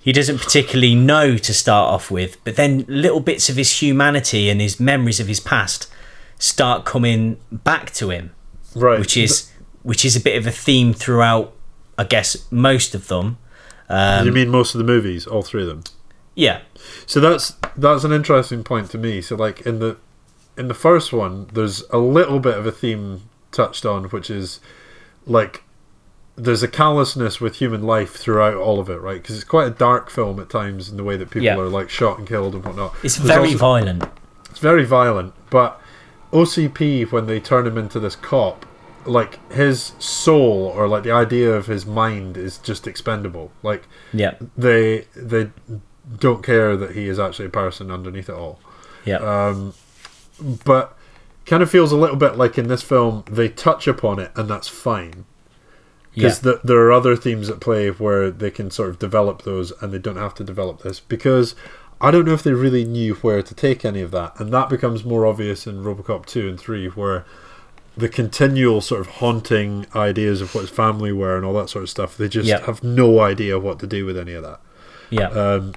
S1: He doesn't particularly know to start off with, but then little bits of his humanity and his memories of his past start coming back to him
S2: Right.
S1: which is which is a bit of a theme throughout I guess most of them. um,
S2: you mean most of the movies, all three of them.
S1: Yeah.
S2: So that's that's an interesting point to me. So like in the in the first one, there's a little bit of a theme touched on, which is like there's a callousness with human life throughout all of it, right? Because it's quite a dark film at times in the way that people
S1: Yeah.
S2: are like shot and killed and whatnot.
S1: It's
S2: There's
S1: very
S2: also-
S1: violent.
S2: it's very violent, but OCP when they turn him into this cop, like his soul or like the idea of his mind is just expendable. Like
S1: Yeah.
S2: they they don't care that he is actually a person underneath it all.
S1: Yeah.
S2: uh, But kind of feels a little bit like in this film they touch upon it and that's fine
S1: yeah.
S2: because there are other themes at play where they can sort of develop those and they don't have to develop this because I don't know if they really knew where to take any of that and that becomes more obvious in RoboCop 2 and 3 where the continual sort of haunting ideas of what his family were and all that sort of stuff they just
S1: Yeah.
S2: have no idea what to do with any of that
S1: yeah.
S2: uh,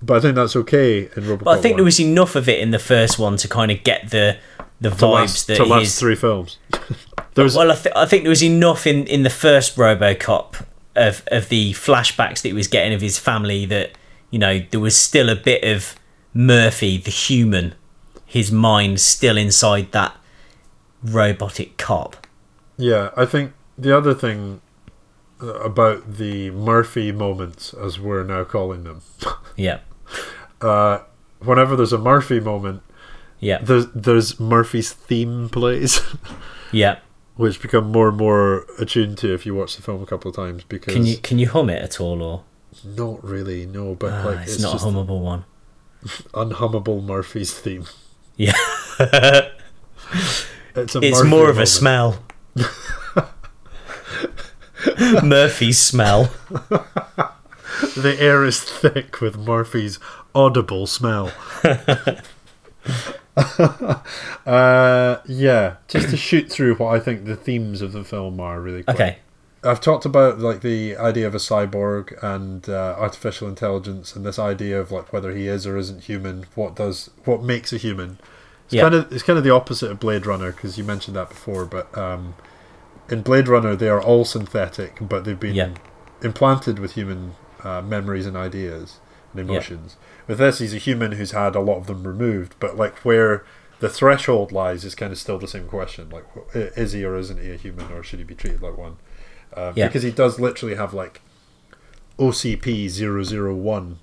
S2: but I think that's okay in RoboCop
S1: but I think
S2: 1.
S1: there was enough of it in the first one to kind of get the the vibes
S2: to last,
S1: that
S2: to last
S1: his-
S2: three films. There's
S1: Well, I, th- I think there was enough in, in the first RoboCop of of the flashbacks that he was getting of his family that you know there was still a bit of Murphy the human, his mind still inside that robotic cop.
S2: yeah, I think the other thing uh, about the Murphy moments, as we're now calling them,
S1: Yeah.
S2: whenever there's a Murphy moment,
S1: Yeah.
S2: there's there's Murphy's theme plays,
S1: yeah.
S2: which become more and more attuned to if you watch the film a couple of times. Because
S1: Can you can you hum it at all, or
S2: not really, no, but
S1: Ah,
S2: like
S1: it's,
S2: it's,
S1: not
S2: just
S1: a hummable one?
S2: unhummable Murphy's theme.
S1: Yeah,
S2: It's, a
S1: it's
S2: Murphy
S1: more of a
S2: moment.
S1: smell. Murphy's smell.
S2: The air is thick with Murphy's audible smell. uh, yeah, just to shoot through what I think the themes of the film are really quick.
S1: Okay.
S2: I've talked about like the idea of a cyborg and uh, artificial intelligence, and this idea of like whether he is or isn't human. What does what makes a human? It's
S1: Yeah.
S2: kind of it's kind of the opposite of Blade Runner because you mentioned that before. But um, in Blade Runner, they are all synthetic, but they've been
S1: Yeah.
S2: implanted with human uh, memories and ideas and emotions. With this, he's a human who's had a lot of them removed, but like where the threshold lies is kind of still the same question: like, wh- i- is he or isn't he a human, or should he be treated like one? Um,
S1: Yeah.
S2: Because he does literally have like OCP 001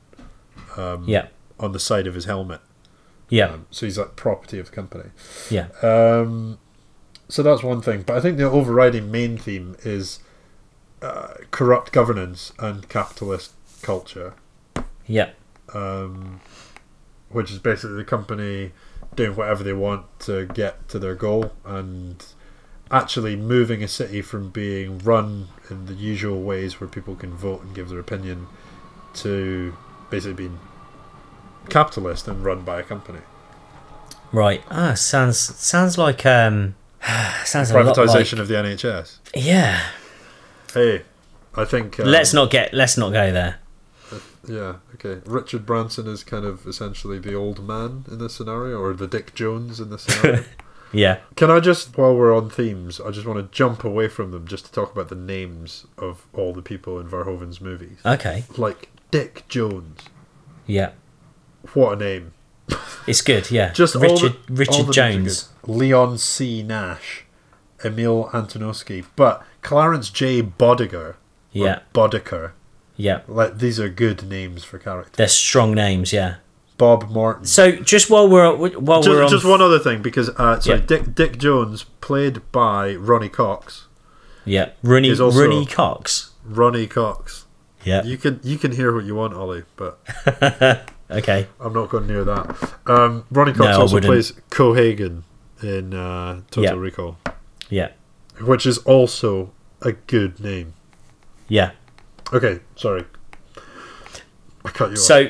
S1: yeah.
S2: on the side of his helmet,
S1: Yeah.
S2: um, uh, so he's like property of the company.
S1: yeah.
S2: So that's one thing, but I think the overriding main theme is uh, corrupt governance and capitalist culture.
S1: yeah.
S2: which is basically the company doing whatever they want to get to their goal and actually moving a city from being run in the usual ways where people can vote and give their opinion to basically being capitalist and run by a company.
S1: Right. Ah, sounds sounds like um, sounds a lot like
S2: Privatization of the NHS.
S1: yeah.
S2: Hey, I think. uh Um,
S1: Let's not get let's not go there.
S2: Yeah, okay. Richard Branson is kind of essentially the old man in this scenario, or the Dick Jones in this scenario.
S1: Yeah.
S2: Can I just, while we're on themes, I just want to jump away from them just to talk about the names of all the people in Verhoeven's movies.
S1: Okay.
S2: Like Dick Jones.
S1: Yeah.
S2: What a name.
S1: It's good. Yeah.
S2: Just all the-
S1: Richard
S2: all
S1: Richard
S2: the names are
S1: Jones.
S2: good. Leon C. Nash, Emil Antonovsky, but Clarence J. Bodiger.
S1: Yeah.
S2: Bodiker.
S1: Yeah.
S2: Like these are good names for characters.
S1: They're strong names. Yeah.
S2: Bob Martin.
S1: So just while we're while we're on
S2: Just, just one other thing, because uh, sorry,
S1: Yeah.
S2: Dick Dick Jones, played by Ronnie Cox.
S1: yeah, Rooney
S2: is also-
S1: Rooney Cox.
S2: Ronnie Cox.
S1: Yeah.
S2: You can you can hear what you want, Ollie, but
S1: okay.
S2: I'm not going near that. Um, Ronnie Cox
S1: No, I
S2: also
S1: wouldn't.
S2: plays Cohagen in uh, Total
S1: Yeah.
S2: Recall,
S1: Yeah.
S2: which is also a good name.
S1: Yeah.
S2: Okay, sorry, I cut you off.
S1: So,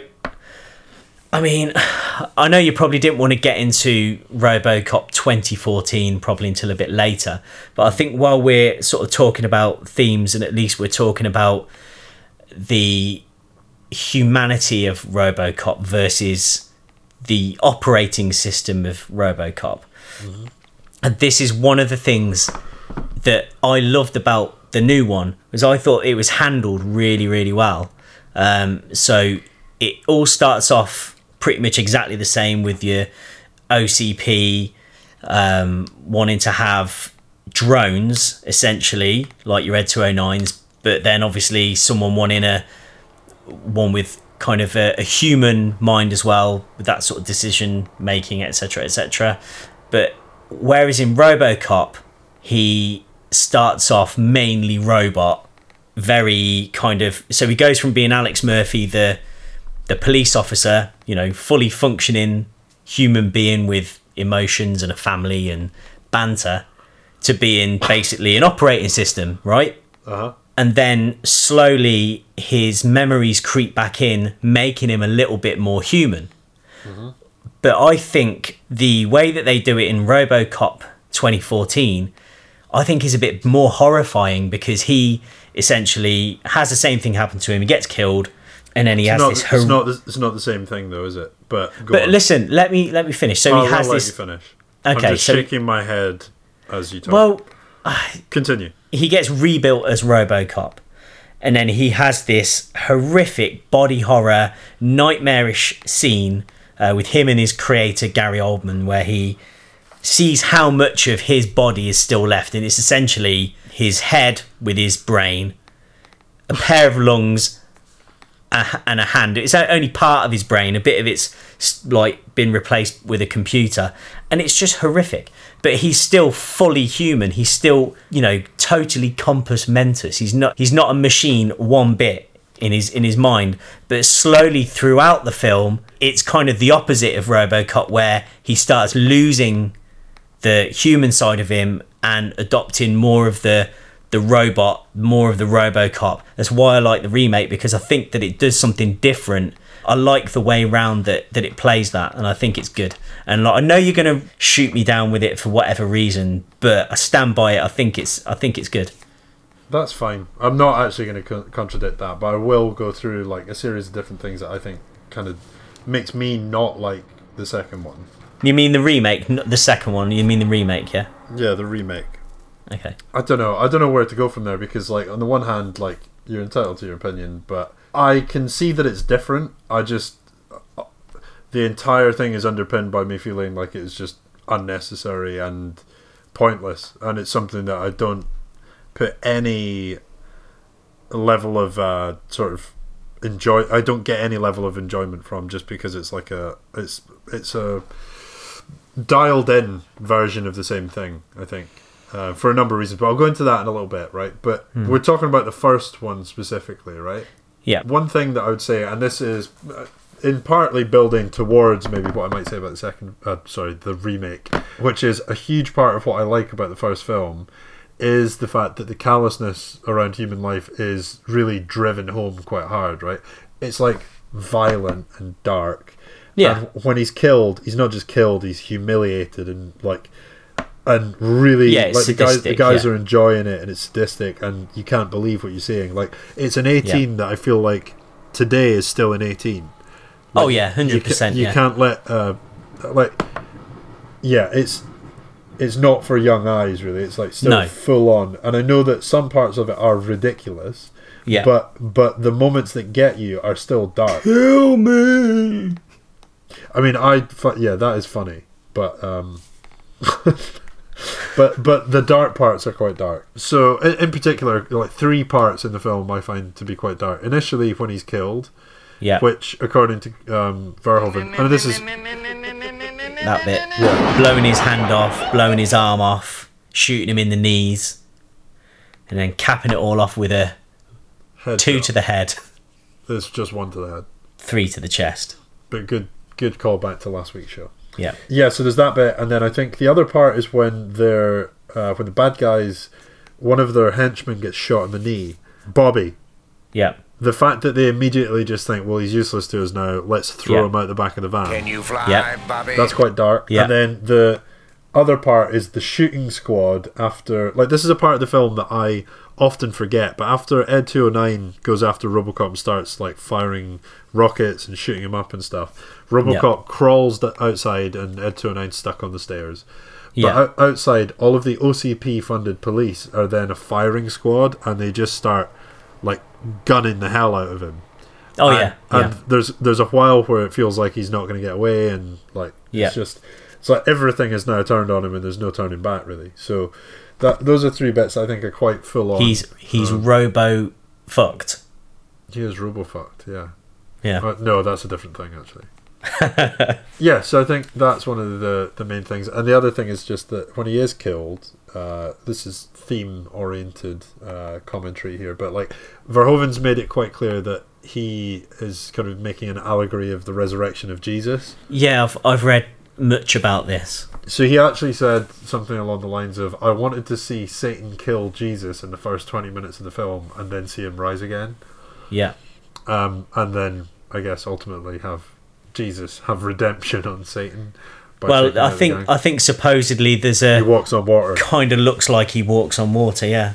S1: I mean, I know you probably didn't want to get into RoboCop 2014 probably until a bit later, but I think while we're sort of talking about themes and at least we're talking about the humanity of RoboCop versus the operating system of RoboCop. And this is one of the things that I loved about the new one was I thought it was handled really, really well. Um, so it all starts off pretty much exactly the same with your OCP um, wanting to have drones essentially, like your Ed 209s, but then obviously someone wanting a one with kind of a, a human mind as well, with that sort of decision making, etc., etc. But whereas in RoboCop, he starts off mainly robot, very kind of. So he goes from being Alex Murphy, the the police officer, you know, fully functioning human being with emotions and a family and banter, to being basically an operating system, right?
S2: Uh-huh.
S1: and then slowly his memories creep back in, making him a little bit more human.
S2: Mm-hmm.
S1: But I think the way that they do it in RoboCop 2014, I think is a bit more horrifying because he essentially has the same thing happen to him. He gets killed, and then he has
S2: Not-
S1: this.
S2: it's,
S1: hor-
S2: not, the- it's not the same thing though, is it? But go
S1: but
S2: on.
S1: listen, let me let me finish. So
S2: I'll,
S1: he
S2: I'll
S1: has
S2: let
S1: this.
S2: you finish.
S1: Okay,
S2: I'm just
S1: so-
S2: shaking my head as you talk.
S1: Well,
S2: continue.
S1: he gets rebuilt as RoboCop, and then he has this horrific body horror, nightmarish scene uh, with him and his creator Gary Oldman, where he sees how much of his body is still left, and it's essentially his head with his brain, a pair of lungs, a, and a hand. It's only part of his brain. A bit of it's like been replaced with a computer, and it's just horrific. But he's still fully human. He's still, you know, totally compass mentis. He's not. He's not a machine one bit in his in his mind. But slowly throughout the film, it's kind of the opposite of RoboCop, where he starts losing the human side of him and adopting more of the the robot, more of the RoboCop. That's why I like the remake because I think that it does something different. I like the way round that that it plays that, and I think it's good. And like, I know you're gonna shoot me down with it for whatever reason, but I stand by it. I think it's I think it's good.
S2: That's fine. I'm not actually going to co- contradict that, but I will go through like a series of different things that I think kind of makes me not like the second one.
S1: You mean the remake, not the second one? You mean the remake? Yeah.
S2: Yeah, the remake.
S1: Okay.
S2: I don't know. I don't know where to go from there because, like, on the one hand, like you're entitled to your opinion, but I can see that it's different. I just the entire thing is underpinned by me feeling like it's just unnecessary and pointless, and it's something that I don't put any level of uh, sort of enjoy. I don't get any level of enjoyment from just because it's like a it's it's a dialed in version of the same thing, I think, uh, for a number of reasons. But I'll go into that in a little bit, right? But we're talking about the first one specifically, right?
S1: Yeah.
S2: One thing that I would say, and this is uh, in partly building towards maybe what I might say about the second, uh, sorry, the remake, which is a huge part of what I like about the first film, is the fact that the callousness around human life is really driven home quite hard, right? It's like violent and dark.
S1: Yeah.
S2: And when he's killed, he's not just killed; he's humiliated and like, and really
S1: Yeah, it's
S2: like the guys. The
S1: sadistic,
S2: guys
S1: yeah.
S2: are enjoying it, and it's sadistic, and you can't believe what you're seeing. Like it's an 18 that I feel like today is still an 18.
S1: oh yeah,
S2: You
S1: hundred
S2: ca-
S1: percent.
S2: You
S1: Yeah,
S2: can't let uh, like yeah, it's it's not for young eyes really. It's like still
S1: No.
S2: full on, and I know that some parts of it are ridiculous.
S1: yeah.
S2: But but the moments that get you are still dark.
S1: kill me.
S2: I mean, I fu- yeah, that is funny, but um, but but the dark parts are quite dark. So in, in particular, like three parts in the film, I find to be quite dark. Initially, when he's killed,
S1: Yeah,
S2: which according to um, Verhoeven, and this is
S1: that bit. Blowing his hand off, blowing his arm off, shooting him in the knees, and then capping it all off with a
S2: head
S1: two to the head,
S2: There's just one to the head,
S1: three to the chest.
S2: but good good callback to last week's show.
S1: Yeah,
S2: Yeah, so there's that bit, and then I think the other part is when they're uh, when the bad guys, one of their henchmen gets shot in the knee. Bobby,
S1: yeah,
S2: the fact that they immediately just think, well, he's useless to us now. Let's throw
S1: Yeah.
S2: him out the back of the van.
S7: you fly,
S1: Yeah.
S7: Bobby?
S2: That's quite dark.
S1: Yeah.
S2: And then the other part is the shooting squad after. Like this is a part of the film that I often forget, but after Ed 209 goes after RoboCop and starts like firing rockets and shooting him up and stuff, RoboCop crawls the outside and Ed 209 's stuck on the stairs. But
S1: Yeah.
S2: out- outside, all of the OCP funded police are then a firing squad and they just start like gunning the hell out of him.
S1: oh
S2: And-
S1: yeah,
S2: And
S1: yeah,
S2: there's there's a while where it feels like he's not going to get away, and like
S1: Yeah.
S2: it's just it's like everything is now turned on him, and there's no turning back really. So that those are three bits I think are quite full on.
S1: he's he's robo fucked.
S2: he is robo fucked. Yeah.
S1: Yeah,
S2: Uh, no, that's a different thing actually. yeah, so I think that's one of the the main things, and the other thing is just that when he is killed, uh, this is theme oriented uh, commentary here, but like Verhoeven's made it quite clear that he is kind of making an allegory of the resurrection of Jesus.
S1: yeah. I've I've read much about this.
S2: So he actually said something along the lines of, "I wanted to see Satan kill Jesus in the first twenty minutes of the film, and then see him rise again."
S1: Yeah,
S2: um, and then I guess ultimately have Jesus have redemption on Satan. By
S1: well,
S2: taking
S1: I
S2: out the
S1: think
S2: gang.
S1: I think supposedly there's
S2: he
S1: a
S2: walks on water.
S1: kind of looks like he walks on water. Yeah,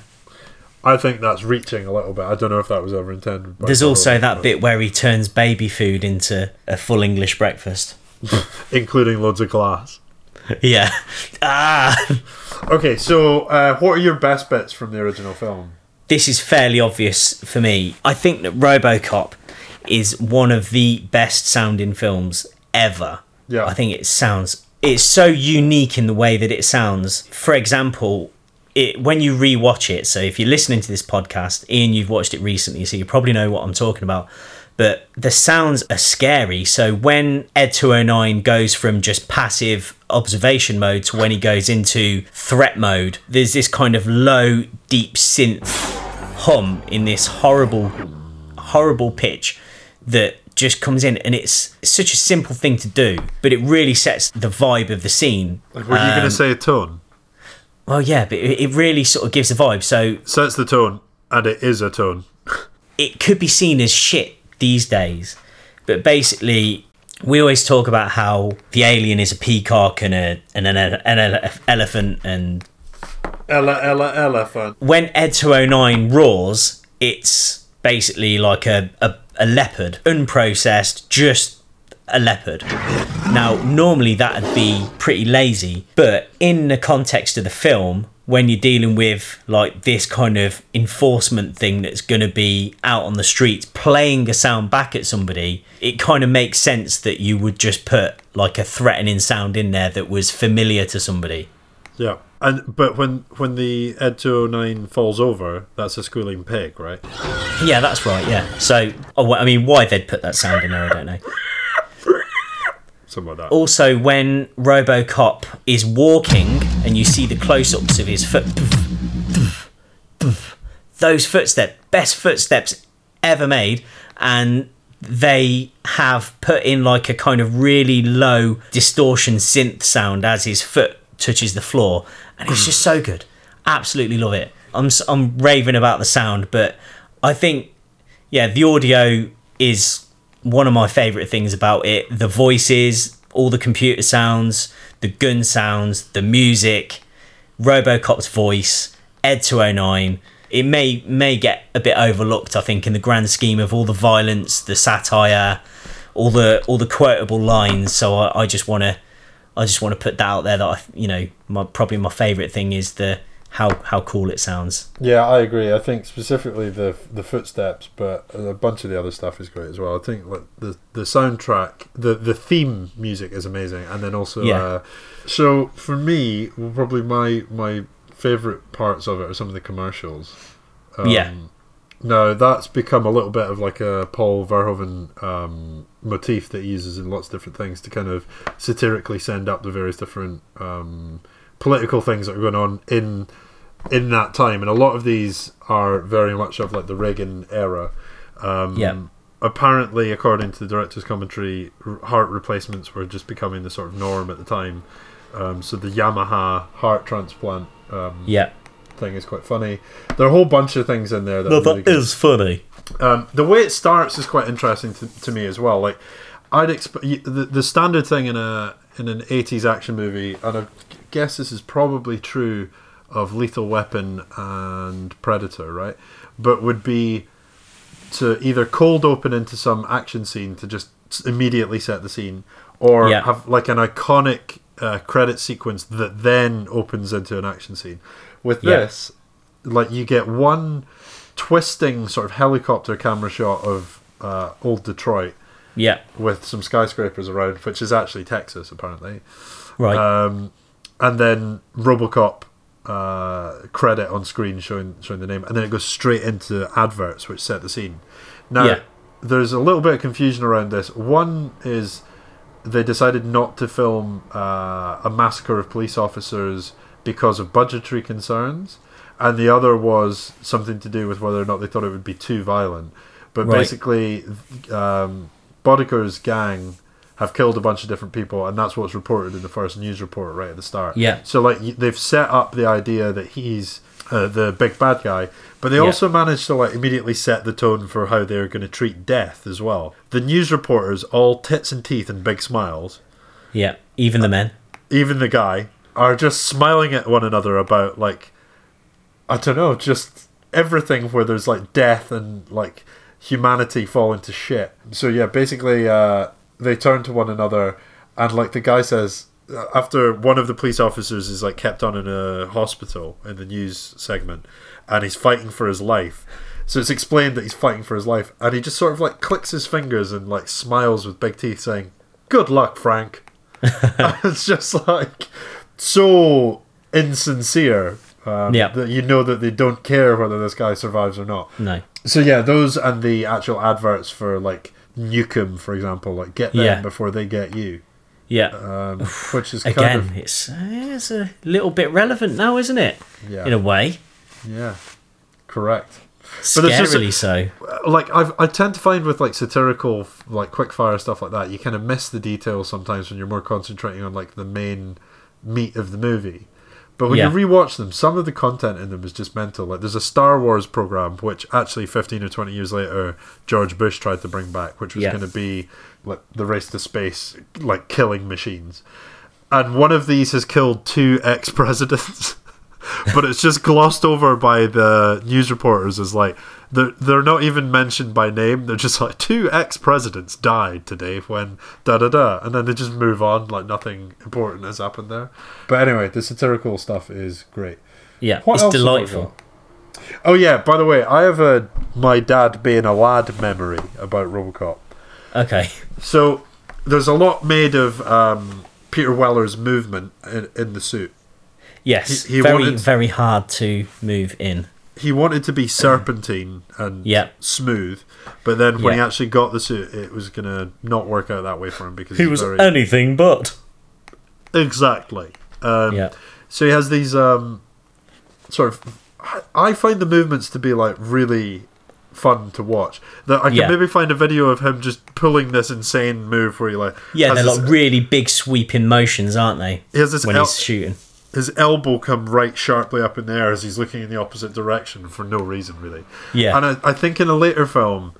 S2: I think that's reaching a little bit. I don't know if that was ever intended. by
S1: there's
S2: Verhoeven,
S1: also that
S2: but-
S1: bit where he turns baby food into a full English breakfast.
S2: including loads of glass.
S1: Yeah, ah.
S2: Okay, so uh, what are your best bits from the original film?
S1: this is fairly obvious for me. I think that RoboCop is one of the best sounding films ever.
S2: Yeah.
S1: I think it sounds it's so unique in the way that it sounds. For example, it when you rewatch it, so if you're listening to this podcast, Ian, you've watched it recently, so you probably know what I'm talking about. But the sounds are scary. So when Ed 209 goes from just passive observation mode to when he goes into threat mode, there's this kind of low, deep synth hum in this horrible horrible pitch that just comes in and it's such a simple thing to do but it really sets the vibe of the scene
S2: Like, were
S1: Um,
S2: you going to say a tone?
S1: well yeah but it it really sort of gives the vibe so
S2: Sets the tone, and it is a tone.
S1: it could be seen as shit these days but basically we always talk about how the alien is a peacock and, a, and an, ele- an ele- elephant and
S2: Ella, Ella, elephant.
S1: when Ed 209 roars, it's basically like a, a, a leopard, unprocessed, just a leopard. Now, normally that would be pretty lazy, but in the context of the film, when you're dealing with like this kind of enforcement thing that's going to be out on the streets playing a sound back at somebody, it kind of makes sense that you would just put like a threatening sound in there that was familiar to somebody.
S2: Yeah, and but when when the Ed 209 falls over, that's a squealing pig, right?
S1: Yeah, that's right. Yeah. So, oh, well, I mean, why they'd put that sound in there, I don't know.
S2: Something like that.
S1: Also, when RoboCop is walking and you see the close-ups of his foot, those footsteps, best footsteps ever made, and they have put in like a kind of really low distortion synth sound as his foot touches the floor, and it's just so good. Absolutely love it. I'm s- I'm raving about the sound, but I think yeah, the audio is one of my favorite things about it. The voices, all the computer sounds, the gun sounds, the music, RoboCop's voice, Ed 209. it may may get a bit overlooked. I think in the grand scheme of all the violence, the satire, all the all the quotable lines. So I, I just want to I just want to put that out there that I you know my probably my favourite thing is the how how cool it sounds.
S2: Yeah, I agree. I think specifically the the footsteps, but a bunch of the other stuff is great as well. I think like the the soundtrack, the the theme music is amazing, and then also
S1: Yeah.
S2: uh, so for me, well, probably my my favorite parts of it are some of the commercials.
S1: yeah,
S2: No, that's become a little bit of like a Paul Verhoeven um, motif that he uses in lots of different things to kind of satirically send up the various different um, political things that are going on in in that time, and a lot of these are very much of like the Reagan era. Um,
S1: Yeah.
S2: Apparently, according to the director's commentary, r- heart replacements were just becoming the sort of norm at the time. Um, so the Yamaha heart transplant um,
S1: yeah.
S2: thing is quite funny. There are a whole bunch of things in there that are really good.
S1: funny.
S2: Um, the way it starts is quite interesting to, to me as well. Like, I'd exp- y- the, the standard thing in a in an eighties action movie, and I guess this is probably true of Lethal Weapon and Predator, right? But would be to either cold open into some action scene to just s- immediately set the scene, or
S1: Yeah.
S2: have like an iconic uh, credit sequence that then opens into an action scene. With
S1: Yeah.
S2: this, like you get one twisting sort of helicopter camera shot of uh, old Detroit
S1: Yeah,
S2: with some skyscrapers around, which is actually Texas apparently,
S1: right.
S2: uh, and then RoboCop uh, credit on screen showing showing the name, and then it goes straight into adverts which set the scene. Now
S1: Yeah.
S2: there's a little bit of confusion around this. One is they decided not to film uh, a massacre of police officers because of budgetary concerns, and the other was something to do with whether or not they thought it would be too violent. But
S1: Right.
S2: basically, um, Bodiker's gang have killed a bunch of different people, and that's what's reported in the first news report right at the start.
S1: Yeah.
S2: So like y- they've set up the idea that he's uh, the big bad guy, but they
S1: Yeah.
S2: also managed to like immediately set the tone for how they're going to treat death as well. The news reporters, all tits and teeth and big smiles,
S1: yeah, even the men.
S2: even the guy, are just smiling at one another about like I don't know, just everything where there's like death and like humanity falling to shit. So yeah, basically uh, they turn to one another and like the guy says uh, after one of the police officers is like kept on in a hospital in the news segment and he's fighting for his life. So it's explained that he's fighting for his life and he just sort of like clicks his fingers and like smiles with big teeth saying, "Good luck, Frank." it's just like so insincere um,
S1: Yeah.
S2: that you know that they don't care whether this guy survives or not.
S1: No.
S2: So yeah, those and the actual adverts for like Nukem, for example, like get them
S1: Yeah.
S2: before they get you,
S1: Yeah.
S2: um, which is
S1: Again,
S2: kind
S1: it's it's a little bit relevant now, isn't it?
S2: of yeah,
S1: In a way,
S2: yeah, correct. there's just a-
S1: scarily so.
S2: like I've, I tend to find with like satirical like quickfire stuff like that you kind of miss the details sometimes when you're more concentrating on like the main meat of the movie but when
S1: Yeah.
S2: you rewatch them some of the content in them is just mental like there's a star wars program which actually 15 or 20 years later george bush tried to bring back which was
S1: Yeah.
S2: going to be like the race to space like killing machines and one of these has killed two ex-presidents but it's just glossed over by the news reporters as like they're, they're not even mentioned by name they're just like two ex-presidents died today when da da da and then they just move on like nothing important has happened there but anyway the satirical stuff is great
S1: Yeah,
S2: What
S1: it's
S2: else have I
S1: delightful.
S2: got? oh yeah by the way i have a my dad being a lad memory about robocop
S1: Okay.
S2: so there's a lot made of um, peter weller's movement in, in the suit
S1: Yes,
S2: He- he
S1: very
S2: wanted-
S1: very hard to move in.
S2: he wanted to be serpentine and
S1: Yeah.
S2: smooth, but then when he
S1: Yeah.
S2: actually got the suit, it was gonna not work out that way for him because
S1: He
S2: he's
S1: was
S2: very...
S1: anything but.
S2: exactly. Um,
S1: Yeah,
S2: So he has these um, sort of. I- I find the movements to be like really fun to watch. That I can
S1: Yeah.
S2: maybe find a video of him just pulling this insane move where he like
S1: yeah,
S2: has
S1: they're
S2: his,
S1: like really big sweeping motions, aren't they?
S2: He has this
S1: when
S2: out-
S1: he's shooting.
S2: his elbow come right sharply up in the air as he's looking in the opposite direction for no reason really.
S1: Yeah.
S2: And I, I think in a later film,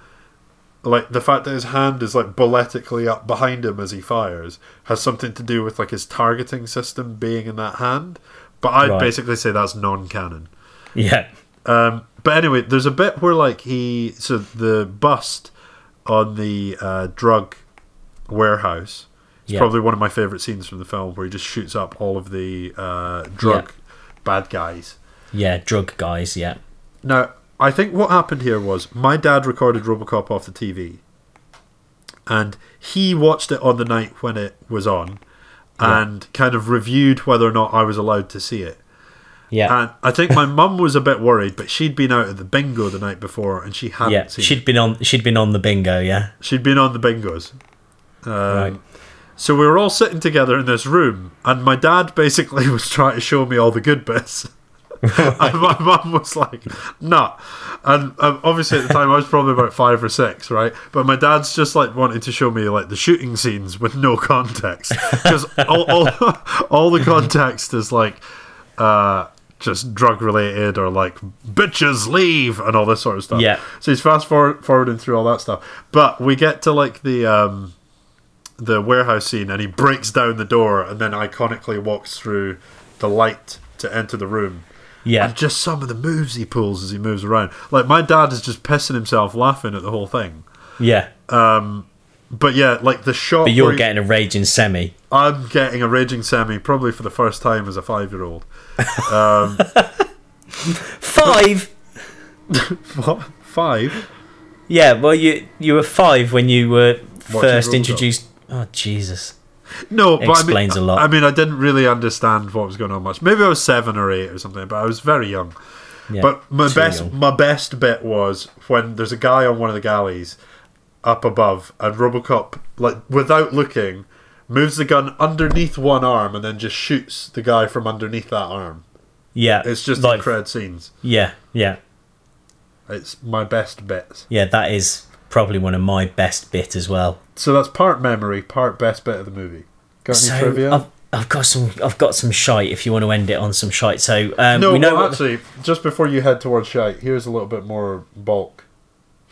S2: like the fact that his hand is like balletically up behind him as he fires has something to do with like his targeting system being in that hand. But I'd
S1: Right.
S2: basically say that's non canon.
S1: Yeah,
S2: Um, but anyway, there's a bit where like he so the bust on the uh, drug warehouse. It's
S1: Yeah.
S2: probably one of my favorite scenes from the film where he just shoots up all of the uh, drug bad guys.
S1: Yeah, drug guys. Yeah.
S2: Now, I think what happened here was my dad recorded RoboCop off the TV, and he watched it on the night when it was on, and kind of reviewed whether or not I was allowed to see it.
S1: Yeah.
S2: And I think my mum was a bit worried, but she'd been out at the bingo the night before, and she hadn't
S1: yeah.
S2: seen.
S1: She'd
S2: it.
S1: been on. She'd been on the bingo. Yeah.
S2: she'd been on the bingos. Um,
S1: right.
S2: So we were all sitting together in this room, and my dad basically was trying to show me all the good bits. and my mum was like, nah. And um, obviously at the time I was probably about five or six, right? But my dad's just like wanting to show me like the shooting scenes with no context. Because all, all, all the context is like uh, just drug related or like bitches leave and all this sort of stuff.
S1: Yeah.
S2: So he's fast forward, forwarding through all that stuff. But we get to like the. Um, the warehouse scene and he breaks down the door and then iconically walks through the light to enter the room.
S1: Yeah.
S2: And just some of the moves he pulls as he moves around. Like my dad is just pissing himself laughing at the whole thing.
S1: yeah.
S2: But yeah, like the shot
S1: but you're
S2: where he-
S1: getting a raging semi.
S2: I'm getting a raging Sammy probably for the first time as a five year old.
S1: Five.
S2: What? Five?
S1: Yeah. Well, you you were five when you were first
S2: RoboCop.
S1: introduced. Oh Jesus.
S2: No, but
S1: Explains
S2: I
S1: a
S2: mean,
S1: lot.
S2: I mean, I didn't really understand what was going on much. Maybe I was seven or eight or something, but I was very young.
S1: Yeah.
S2: But my
S1: too
S2: best
S1: young.
S2: my best bit was when there's a guy on one of the galleys up above and Robocop like without looking moves the gun underneath one arm and then just shoots the guy from underneath that arm.
S1: Yeah.
S2: It's just
S1: like
S2: incredible scenes.
S1: yeah. Yeah.
S2: It's my best bit.
S1: Yeah. That is probably one of my best bit as well.
S2: So that's part memory, part best bit of the movie. Got any trivia?
S1: I've, I've got some. I've got some shite. If you want to end it on some shite, so um,
S2: no,
S1: we know.
S2: well,
S1: what the-
S2: actually, just before you head towards shite, here's a little bit more bulk.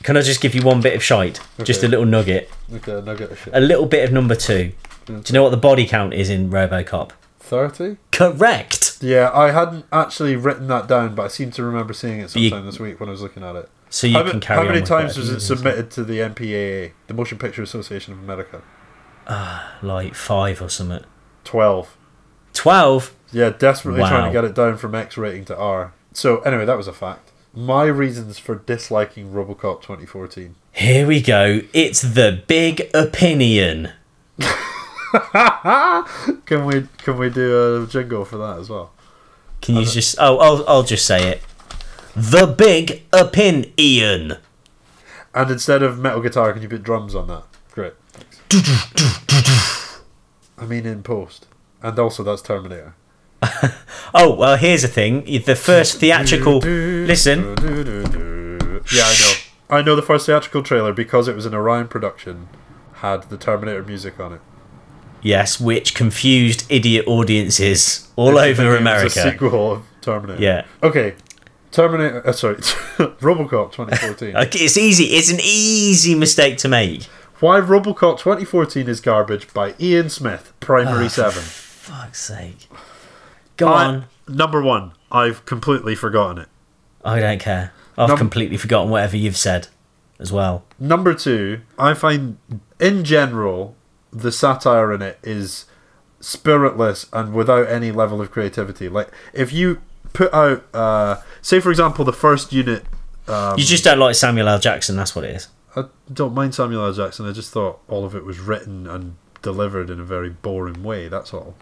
S1: can I just give you one bit of shite? Just a
S2: Okay.
S1: little nugget.
S2: Okay, a nugget of shit.
S1: A little bit of number two. Do you know what the body count is in RoboCop?
S2: Thirty.
S1: Correct.
S2: Yeah, I hadn't actually written that down, but I seem to remember seeing it
S1: You-
S2: sometime this week when I was looking at it.
S1: So you
S2: how,
S1: can
S2: ma-
S1: carry
S2: how
S1: on
S2: many
S1: with Mm-hmm.
S2: times
S1: that.
S2: was it submitted to the MPAA, the Motion Picture Association of America?
S1: Like five or something.
S2: Twelve.
S1: Twelve.
S2: Yeah, desperately trying
S1: Wow.
S2: to get it down from X rating to R. So anyway, that was a fact. My reasons for disliking RoboCop 2014.
S1: Here we go. It's the big opinion.
S2: Can we can we do a jingle for that as well?
S1: Can you just? Oh, I'll, I'll just say it. The big opinion.
S2: And instead of metal guitar, can you put drums on that? Great. Thanks. I mean, in post. And also, that's Terminator.
S1: Oh well, here's the thing. The first theatrical. Listen.
S2: Yeah, I know. I know the first theatrical trailer because it was an Orion production, had the Terminator music on it.
S1: Yes, which confused idiot audiences all
S2: Thinking
S1: over
S2: It was a
S1: America.
S2: sequel of Terminator.
S1: Yeah.
S2: Okay. Terminator. Uh, sorry, RoboCop 2014.
S1: Like, It's easy. It's an easy mistake to make.
S2: Why RoboCop 2014 is garbage by Ian Smith, Primary
S1: Ah,
S2: Seven.
S1: Fuck's sake. Go
S2: I-
S1: on.
S2: number one. I've completely forgotten it.
S1: I don't care. I've
S2: Num-
S1: completely forgotten whatever you've said as well.
S2: Number two, I find in general the satire in it is spiritless and without any level of creativity. Like if you put out, uh, say for example, the first unit. Um,
S1: you just don't like Samuel L. Jackson, that's what it is.
S2: I don't mind Samuel L. Jackson. I just thought all of it was written and delivered in a very boring way. That's all.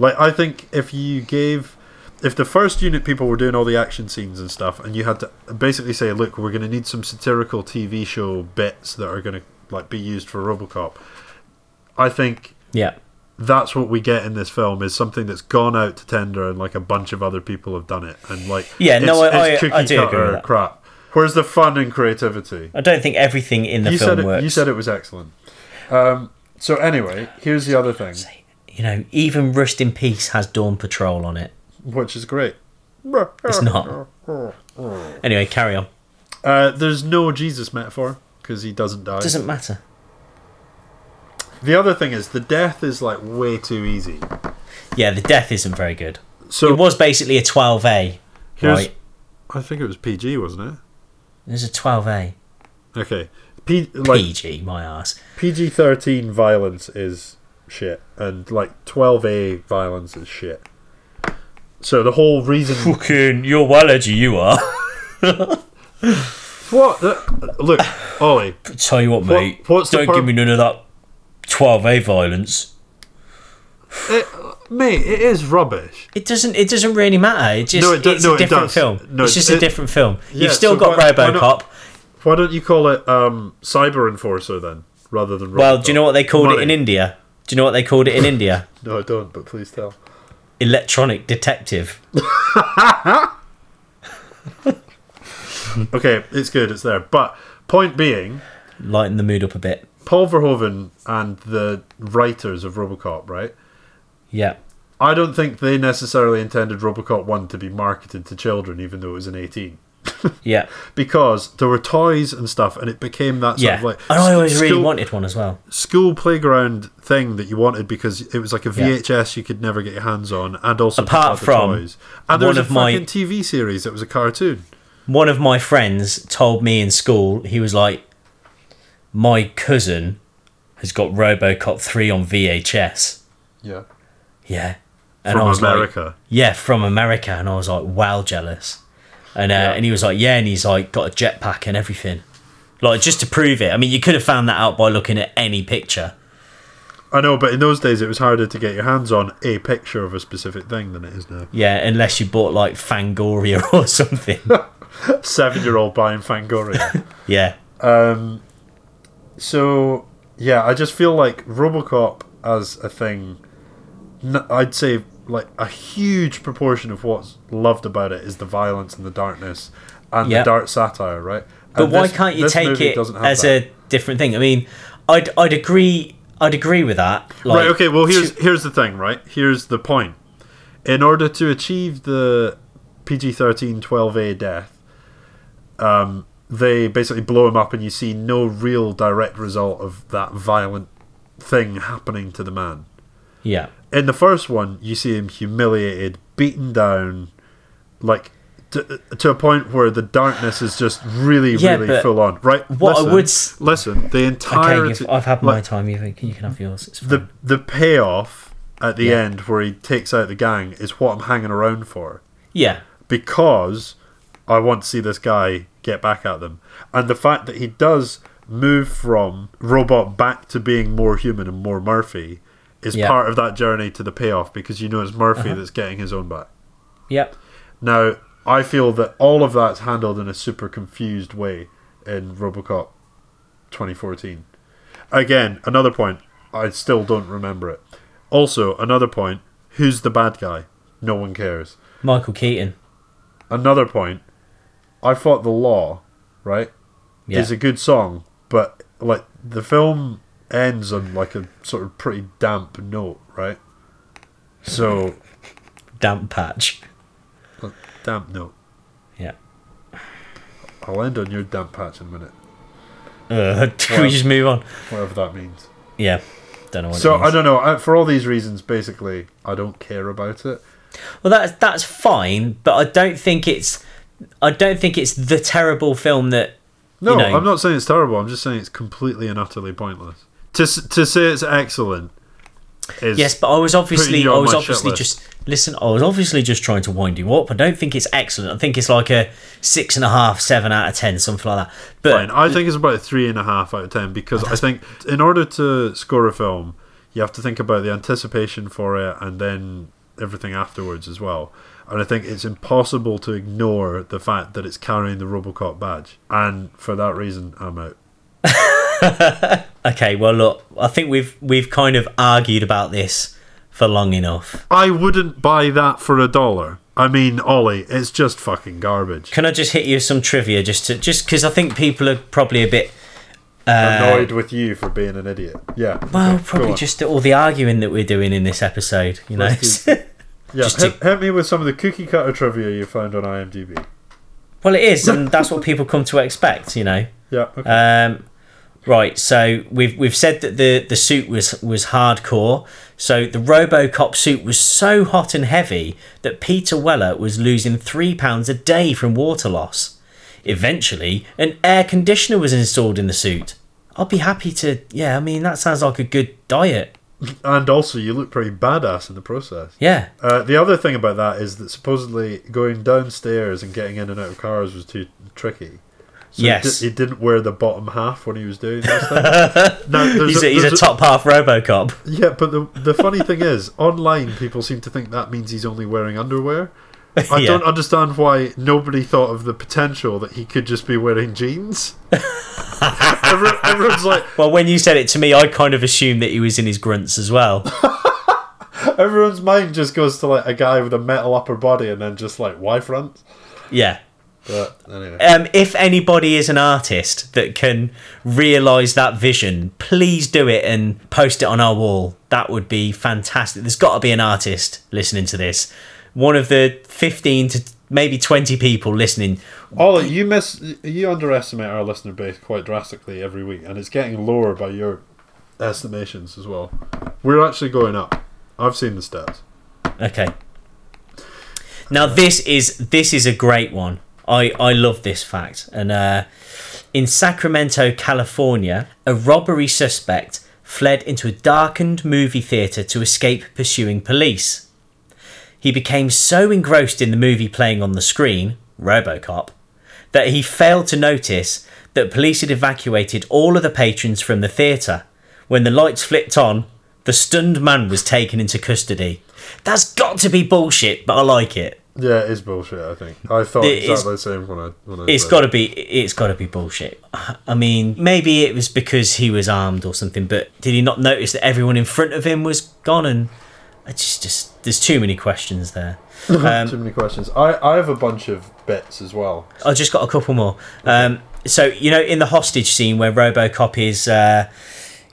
S2: Like I think if you gave. If the first unit people were doing all the action scenes and stuff, and you had to basically say, "Look, we're going to need some satirical TV show bits that are going to like be used for RoboCop," I think
S1: Yeah.
S2: that's what we get in this film is something that's gone out to tender and like a bunch of other people have done it and like
S1: Yeah, no, I- I- I do agree
S2: cookie-cutter
S1: with that.
S2: crap. Where's the fun and creativity?
S1: I don't think everything in the
S2: you
S1: film
S2: said it,
S1: works.
S2: you said it was excellent. Um, so anyway, here's the other thing,
S1: You know, even Rust in Peace has Dawn Patrol on it.
S2: which is great.
S1: It's not. Anyway, carry on.
S2: Uh, there's no Jesus metaphor because he doesn't die.
S1: Doesn't matter.
S2: The other thing is the death is like way too easy.
S1: Yeah, the death isn't very good.
S2: So
S1: it was basically a 12A.
S2: here's
S1: right.
S2: I think it was PG, wasn't
S1: There's a 12A.
S2: it? Okay. P, like,
S1: PG, my ass.
S2: PG thirteen violence is shit, and like twelve A violence is shit. So the whole reason
S1: Fucking, you're well edgy, you are.
S2: what the, look, Ollie,
S1: Tell you what,
S2: What-
S1: mate.
S2: what's the
S1: don't
S2: per-
S1: give me none of that 12A violence.
S2: it, mate, it is rubbish.
S1: It doesn't. It doesn't really matter. It just.
S2: No, it do-
S1: it's
S2: no,
S1: a
S2: it
S1: different
S2: does.
S1: film.
S2: No,
S1: it's just
S2: it-
S1: a different film.
S2: Yeah,
S1: You've still
S2: so
S1: got
S2: why- why
S1: RoboCop.
S2: not- Why don't you call it um, Cyber Enforcer then, rather than?
S1: well, do you know what they called it in
S2: India?
S1: India? Do you know what they called it in India?
S2: No, I don't. But please tell.
S1: Electronic Detective.
S2: Okay, it's good. It's there. But point being,
S1: Lighten the mood up a bit.
S2: Paul Verhoeven and the writers of RoboCop, right?
S1: Yeah.
S2: I don't think they necessarily intended RoboCop 1 to be marketed to children, even though it was an 18.
S1: Yeah.
S2: Because there were toys and stuff, and it became that sort
S1: Yeah.
S2: of like.
S1: and I always really
S2: school,
S1: wanted one as well.
S2: School playground thing that you wanted because it was like a
S1: Yeah.
S2: VHS you could never get your hands on, and also just
S1: Apart
S2: other
S1: from
S2: toys. And there
S1: one
S2: was a
S1: of my-
S2: fucking TV series that was a cartoon.
S1: One of my friends told me in school, he was like, My cousin has got Robocop 3 on VHS.
S2: Yeah.
S1: Yeah. And
S2: From
S1: I was like,
S2: America.
S1: yeah, from America. And I was like, wow, jealous. And uh,
S2: Yeah.
S1: and he was like, yeah, and he's like got a jetpack and everything, like just to prove it. I mean, you could have found that out by looking at any picture.
S2: I know, but in those days it was harder to get your hands on a picture of a specific thing than it is now.
S1: Yeah, unless you bought like Fangoria or something.
S2: Seven year old buying Fangoria.
S1: yeah,
S2: So yeah, I just feel like RoboCop as a thing. n- I'd say like a huge proportion of what's loved about it is the violence and the darkness and
S1: Yeah.
S2: the dark satire, right?
S1: but
S2: And
S1: why
S2: this-
S1: can't you
S2: this
S1: take
S2: movie
S1: it
S2: doesn't have
S1: as
S2: that.
S1: a different thing? I mean, I'd I'd agree. I'd agree with that. Like,
S2: right? Okay, well here's
S1: to-
S2: here's the thing, right? Here's the point. In order to achieve the PG-13 12A death, um, they basically blow him up, and you see no real direct result of that violent thing happening to the man.
S1: yeah,
S2: in the first one, you see him humiliated, beaten down, like to, to a point where the darkness is just really,
S1: Yeah,
S2: really
S1: but
S2: full on. Right?
S1: what I
S2: listen,
S1: would s-
S2: listen. The entire
S1: okay. You've, I've had my
S2: like,
S1: time. You can you can have yours. It's fine.
S2: the the payoff at the end where he takes out the gang is what I'm hanging around for
S1: yeah,
S2: because I want to see this guy get back at them. And the fact that he does move from robot back to being more human and more Murphy is
S1: Yeah.
S2: part of that journey to the payoff because you know it's Murphy that's getting his own back.
S1: yep.
S2: Now, I feel that all of that's handled in a super confused way in Robocop 2014. Again, another point. I still don't remember it. Also, another point. Who's the bad guy? No one cares
S1: Michael Keaton.
S2: another point. I thought the law, right,
S1: Yeah.
S2: is a good song, but like the film ends on like a sort of pretty damp note, right? So
S1: damp patch.
S2: damp note.
S1: Yeah.
S2: I'll end on your damp patch in a minute,
S1: Uh, can
S2: Well-
S1: we just move on?
S2: whatever that means.
S1: Yeah, don't know what.
S2: So
S1: it means.
S2: I don't know. I, for all these reasons, basically, I don't care about it.
S1: Well, that's that's fine, but I don't think it's. I don't think it's the terrible film that.
S2: No,
S1: you know,
S2: I'm not saying it's terrible. I'm just saying it's completely and utterly pointless. To s- to say it's excellent is
S1: Yes, but I was obviously,
S2: you
S1: I
S2: on
S1: was
S2: my
S1: obviously
S2: shitlist.
S1: just listen. I was obviously just trying to wind you up. I don't think it's excellent. I think it's like a six and a half, seven out of ten, something like that. But
S2: Fine. I think it's about a three and a half out of ten because I think in order to score a film, you have to think about the anticipation for it and then everything afterwards as well. And I think it's impossible to ignore the fact that it's carrying the Robocop badge. And for that reason, I'm out.
S1: okay, well, look, I think we've we've kind of argued about this for long enough.
S2: I wouldn't buy that for a dollar. I mean, Ollie, it's just fucking garbage.
S1: Can I just hit you with some trivia, just to just because I think people are probably a bit
S2: Annoyed with you for being an idiot. Yeah.
S1: Uh, well,
S2: okay, go
S1: probably
S2: on.
S1: just all the arguing that we're doing in this episode. You know,
S2: Let's do- yeah.
S1: just
S2: hit, hit me with some of the cookie cutter trivia you found on IMDb.
S1: Well, it is, and that's what people come to expect, you know.
S2: Yeah. Okay.
S1: Um, Right, so we've we've said that the the suit was was hardcore. So the RoboCop suit was so hot and heavy that Peter Weller was losing 3 pounds a day from water loss. Eventually, an air conditioner was installed in the suit. I'd be happy to yeah, I mean that sounds like a good diet.
S2: And also, you look pretty badass in the process.
S1: Yeah.
S2: Uh, the other thing about that is that supposedly going downstairs and getting in and out of cars was too tricky. So he
S1: Yes.
S2: di- he, didn't wear the bottom half when he was doing this thing. now, there's
S1: He's a, he's a
S2: there's
S1: top half RoboCop.
S2: Yeah, but the the funny thing is, online people seem to think that means he's only wearing underwear. I
S1: Yeah.
S2: don't understand why nobody thought of the potential that he could just be wearing jeans. Everyone- everyone's like,
S1: Well, when you said it to me, I kind of assumed that he was in his grunts as well.
S2: everyone's mind just goes to like a guy with a metal upper body and then just like why front.
S1: Yeah.
S2: But anyway,
S1: Um, if anybody is an artist that can realise that vision, please do it and post it on our wall. That would be fantastic. There's got to be an artist listening to this. One of the 15 to maybe 20 people listening.
S2: Ollie, you miss you underestimate our listener base quite drastically every week, and it's getting lower by your estimations as well. We're actually going up. I've seen the stats.
S1: Okay. Now this is this is a great one. I I love this fact. And uh, in Sacramento, California, a robbery suspect fled into a darkened movie theater to escape pursuing police. He became so engrossed in the movie playing on the screen, RoboCop, that he failed to notice that police had evacuated all of the patrons from the theater. When the lights flipped on, the stunned man was taken into custody. That's got to be bullshit, but I like it.
S2: Yeah, it's bullshit. I think I thought
S1: It is-
S2: exactly the same when I when I.
S1: It's got to be. It's got to be bullshit. I mean, maybe it was because he was armed or something, but did he not notice that everyone in front of him was gone? And it's just, just there's too many questions there.
S2: be too many questions. I I have a bunch of bits as well.
S1: I just got a couple more. Um, so you know, in the hostage scene where RoboCop is uh,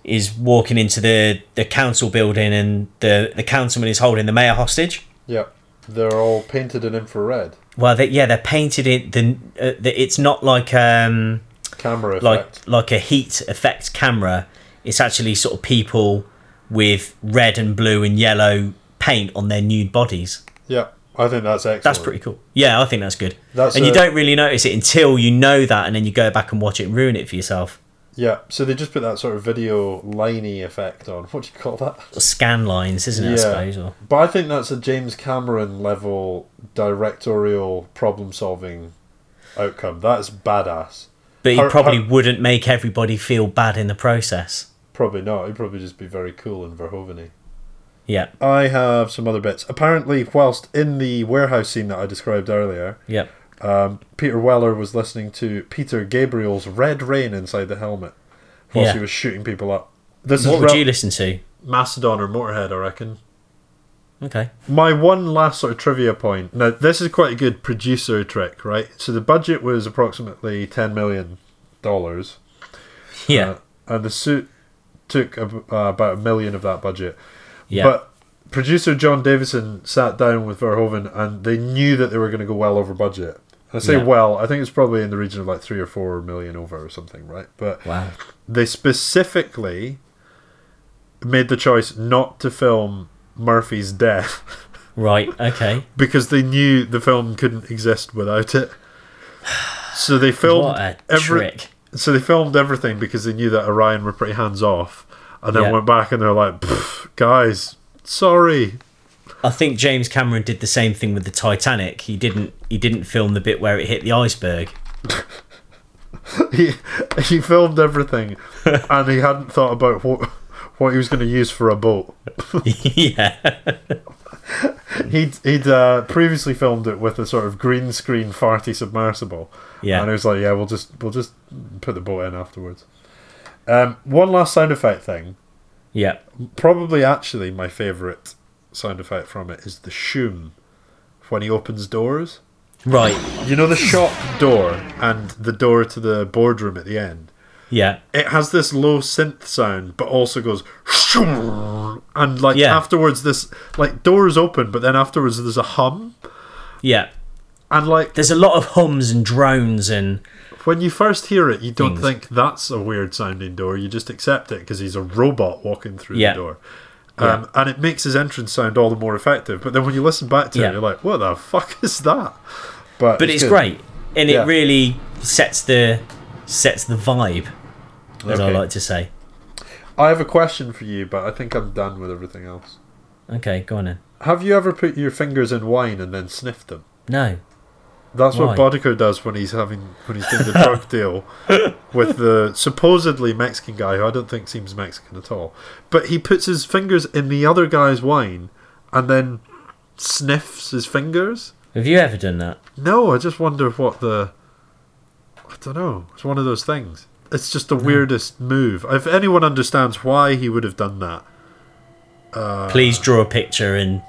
S1: is walking into the the council building and the the councilman is holding the mayor hostage.
S2: Yeah, they're all painted in infrared
S1: Well, they, yeah, they're painted in the. Uh, the it's not like um,
S2: camera effect.
S1: like like a heat effect camera. It's actually sort of people with red and blue and yellow paint on their nude bodies.
S2: yeah, I think that's excellent.
S1: That's pretty cool. Yeah, I think that's good.
S2: That's
S1: and you
S2: a-
S1: don't really notice it until you know that, and then you go back and watch it and ruin it for yourself.
S2: Yeah, so they just put that sort of video liney effect on. What do you call that?
S1: Scan lines, isn't it? I suppose. Or
S2: But I think that's a James Cameron level directorial problem solving outcome. That's badass.
S1: but he
S2: Har-
S1: probably
S2: har-
S1: wouldn't make everybody feel bad in the process.
S2: Probably not. He'd probably just be very cool and verhoveny.
S1: Yeah.
S2: I have some other bits. Apparently, whilst in the warehouse scene that I described earlier,
S1: Yep.
S2: um, Peter Weller was listening to Peter Gabriel's Red Rain inside the helmet whilst
S1: Yeah.
S2: he was shooting people up. This
S1: What
S2: is
S1: would
S2: rel-
S1: you listen to?
S2: Mastodon or Motorhead, I reckon.
S1: Okay.
S2: My one last sort of trivia point. Now, this is quite a good producer trick, right? So the budget was approximately ten million dollars,
S1: Yeah.
S2: and the suit took ab- uh, about a million of that budget.
S1: yeah.
S2: But producer John Davison sat down with Verhoeven, and they knew that they were going to go well over budget. I say
S1: Yeah.
S2: well, I think it's probably in the region of like three or four million over or something, right? But
S1: wow.
S2: they specifically made the choice not to film Murphy's death.
S1: Right. Okay.
S2: because they knew the film couldn't exist without it. So they filmed
S1: What a
S2: every-
S1: trick.
S2: So they filmed everything because they knew that Orion were pretty hands off, and then
S1: Yeah.
S2: went back and they're like, "Pff, "Guys, sorry."
S1: I think James Cameron did the same thing with the Titanic. He didn't. He didn't film the bit where it hit the iceberg.
S2: He he filmed everything, and he hadn't thought about what what he was going to use for a boat.
S1: yeah.
S2: He'd he'd uh, previously filmed it with a sort of green screen farty submersible.
S1: Yeah.
S2: And it was like, yeah, we'll just we'll just put the boat in afterwards. Um, one last sound effect thing.
S1: Yeah.
S2: probably actually my favourite sound effect from it is the shoom when he opens doors.
S1: Right.
S2: You know the shop door and the door to the boardroom at the end.
S1: Yeah.
S2: It has this low synth sound, but also goes shoom, and like
S1: Yeah.
S2: afterwards this like doors open, but then afterwards there's a hum
S1: Yeah.
S2: and like
S1: There's a lot of hums and drones and
S2: When you first hear it, you don't
S1: Things.
S2: think that's a weird sounding door. You just accept it because he's a robot walking through
S1: Yeah.
S2: the door. Um, And it makes his entrance sound all the more effective. But then when you listen back to
S1: Yeah.
S2: it, you're like, what the fuck is that? But,
S1: but it's
S2: good.
S1: great and
S2: Yeah.
S1: it really sets the sets the vibe as i
S2: Okay.
S1: like to say
S2: I have a question for you, but I think I'm done with everything else.
S1: okay go on then
S2: Have you ever put your fingers in wine and then sniffed them?
S1: no
S2: That's
S1: Why?
S2: what Bodico does when he's having when he's doing the drug deal with the supposedly Mexican guy who I don't think seems Mexican at all. But he puts his fingers in the other guy's wine and then sniffs his fingers.
S1: have you ever done that
S2: No, I just wonder what the I don't know. It's one of those things. It's just the weirdest move. If anyone understands why he would have done that, Uh,
S1: please draw a picture and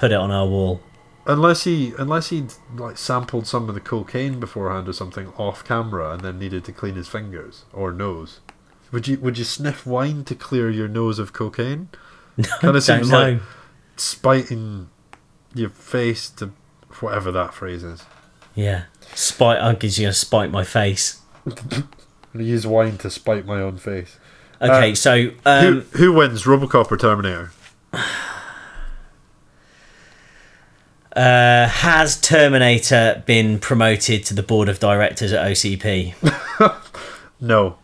S1: put it on our wall
S2: unless he unless he'd like sampled some of the cocaine beforehand or something off camera and then needed to clean his fingers or nose would you would you sniff wine to clear your nose of cocaine kind of
S1: don't
S2: seems
S1: know
S2: like spiting your face to whatever that phrase is
S1: yeah spite uncle's gonna spite my face
S2: I use wine to spite my own face
S1: okay
S2: Uh,
S1: so um
S2: who, who wins robocop or terminator
S1: uh has terminator been promoted to the board of directors at ocp
S2: no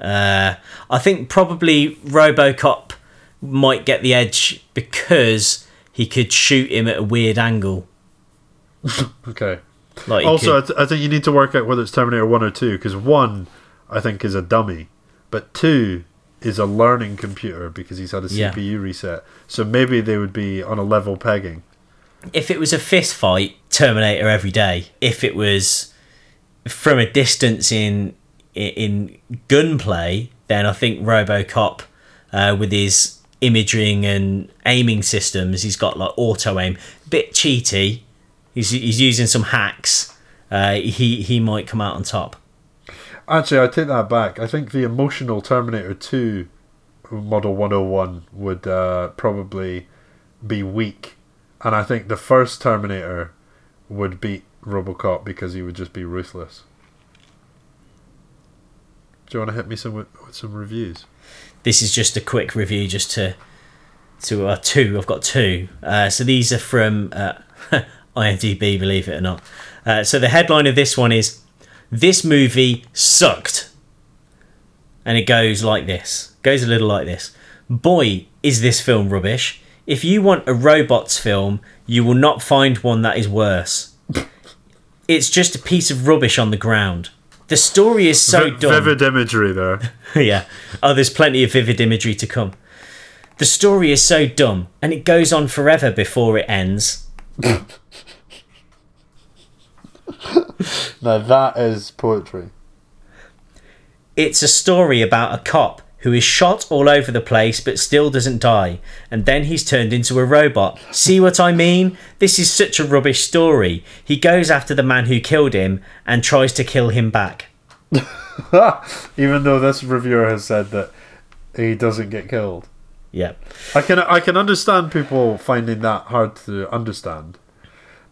S1: Uh, I think probably RoboCop might get the edge because he could shoot him at a weird angle.
S2: okay
S1: Like he
S2: also I,
S1: could-
S2: th- I think you need to work out whether it's terminator 1 or 2 because 1 i think is a dummy but 2 is a learning computer because he's had a
S1: Yeah.
S2: cpu reset so maybe they would be on a level pegging
S1: if it was a fist fight, Terminator every day. If it was from a distance in in gunplay, then I think RoboCop uh, with his imaging and aiming systems, he's got like auto aim, bit cheaty. He's he's using some hacks. Uh, he he might come out on top.
S2: actually i take that back i think the emotional terminator 2 model 101 would uh, probably be weak and i think the first terminator would beat robocop because he would just be ruthless do you want to hit me some with, with some reviews
S1: this is just a quick review just to to uh, two i've got two uh, so these are from uh, imdb believe it or not uh, so the headline of this one is this movie sucked and it goes like this goes a little like this boy is this film rubbish if you want a robots film you will not find one that is worse it's just a piece of rubbish on the ground the story is so
S2: Vi-
S1: dumb
S2: Vivid imagery there.
S1: yeah. Oh, there's plenty of vivid imagery to come. The story is so dumb, and it goes on forever before it ends.
S2: now that is poetry.
S1: It's a story about a cop who is shot all over the place but still doesn't die, and then he's turned into a robot. See what I mean? This is such a rubbish story. He goes after the man who killed him and tries to kill him back.
S2: Even though this reviewer has said that he doesn't get killed.
S1: Yeah.
S2: I can I can understand people finding that hard to understand.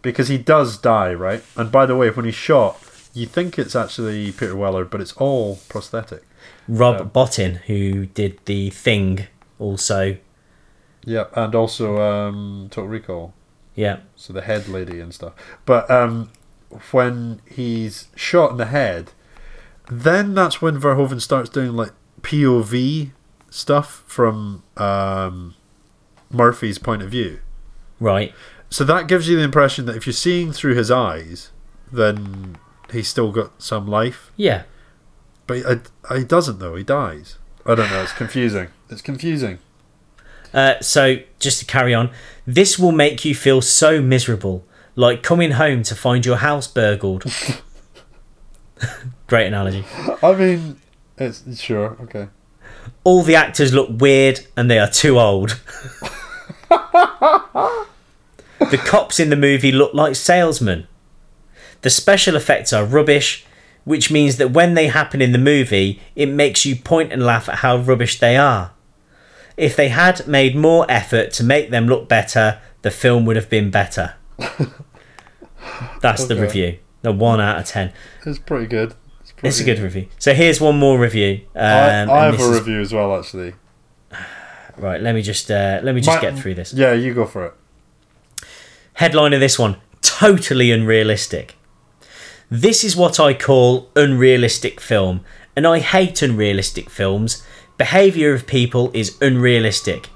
S2: Because he does die, right? And by the way, when he's shot, you think it's actually Peter Weller, but it's all prosthetic.
S1: Rob Bottin, who did the thing also.
S2: Yeah, and also um, Total Recall.
S1: Yeah.
S2: so the head lady and stuff. But um, when he's shot in the head, then that's when Verhoeven starts doing like POV stuff from um, Murphy's point of view.
S1: Right.
S2: So that gives you the impression that if you're seeing through his eyes, then he's still got some life.
S1: Yeah.
S2: But he, he doesn't though; he dies. I don't know. It's confusing. It's confusing.
S1: Uh, so just to carry on, this will make you feel so miserable, like coming home to find your house burgled. Great analogy.
S2: I mean, it's sure okay.
S1: All the actors look weird and they are too old. the cops in the movie look like salesmen. The special effects are rubbish, which means that when they happen in the movie, it makes you point and laugh at how rubbish they are. If they had made more effort to make them look better, the film would have been better. That's the
S2: Okay.
S1: review. A one out of ten.
S2: It's pretty good. It's, pretty
S1: It's a good review. So here's one more review. Um,
S2: I,
S1: and
S2: I have
S1: this
S2: a
S1: is-
S2: review as well, actually.
S1: Right, let me just uh, let me just
S2: My-
S1: get through this.
S2: Yeah, you go for it.
S1: Headline of this one totally unrealistic. This is what I call unrealistic film, and I hate unrealistic films. Behaviour of people is unrealistic.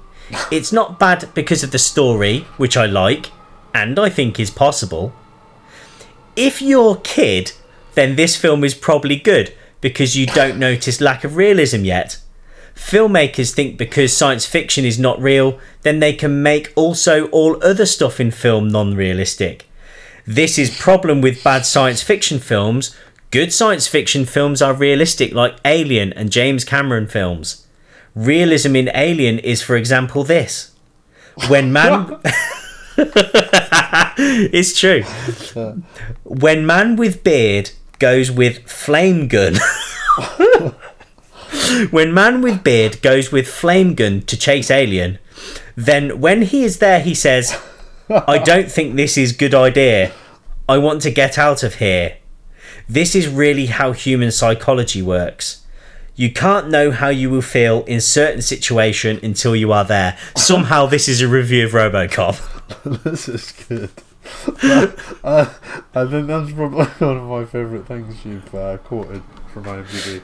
S1: It's not bad because of the story, which I like, and I think is possible. If you're a kid, then this film is probably good because you don't notice lack of realism yet filmmakers think because science fiction is not real, then they can make also all other stuff in film non-realistic. This is problem with bad science fiction films. Good science fiction films are realistic like Alien and James Cameron films. Realism in Alien is for example this. When man It's true. When man with beard goes with flame gun when man with beard goes with flame gun to chase alien then when he is there he says i don't think this is good idea i want to get out of here this is really how human psychology works you can't know how you will feel in certain situation until you are there somehow this is a review of robocop
S2: This is good. Uh, I, I think that's probably one of my favourite things you've uh, quoted from IMDb.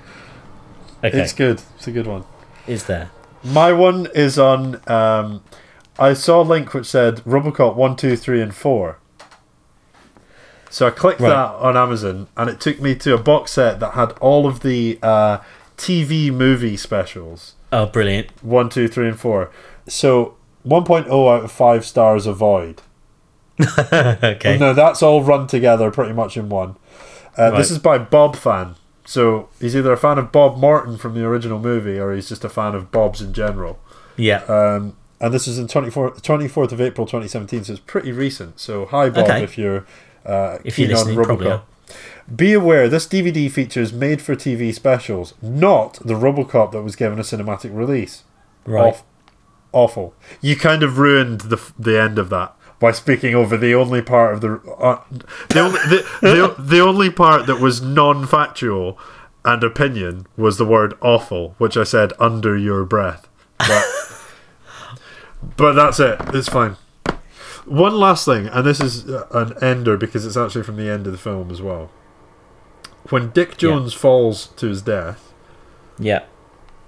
S1: okay
S2: It's good. It's a good one.
S1: is there
S2: My one is on. Um, I saw a link which said Robocop 1, 2, 3, and 4. So I clicked
S1: Right.
S2: that on Amazon and it took me to a box set that had all of the uh, TV movie specials
S1: oh brilliant
S2: 1, 2, 3, and 4. So 1.0 out of 5 stars avoid.
S1: okay
S2: Oh, No, that's all run together pretty much in one. Uh,
S1: Right.
S2: This is by Bob fan. So he's either a fan of Bob Martin from the original movie or he's just a fan of Bob's in general.
S1: yeah
S2: Um, and this is in 24th, 24th of April 2017, so it's pretty recent. So hi, Bob,
S1: Okay.
S2: if you're uh,
S1: if
S2: keen
S1: you're listening
S2: on
S1: probably
S2: Robocop.
S1: are.
S2: Be aware, this DVD features made-for-TV specials, not the Robocop that was given a cinematic release.
S1: right
S2: Awf- awful. You kind of ruined the f- the end of that by speaking over the only part of the uh, the only the, the, the only part that was non-factual and opinion was the word awful, which I said under your breath. But, but that's it. It's fine. One last thing, and this is uh, an ender because it's actually from the end of the film as well. When Dick Jones falls to his death,
S1: yeah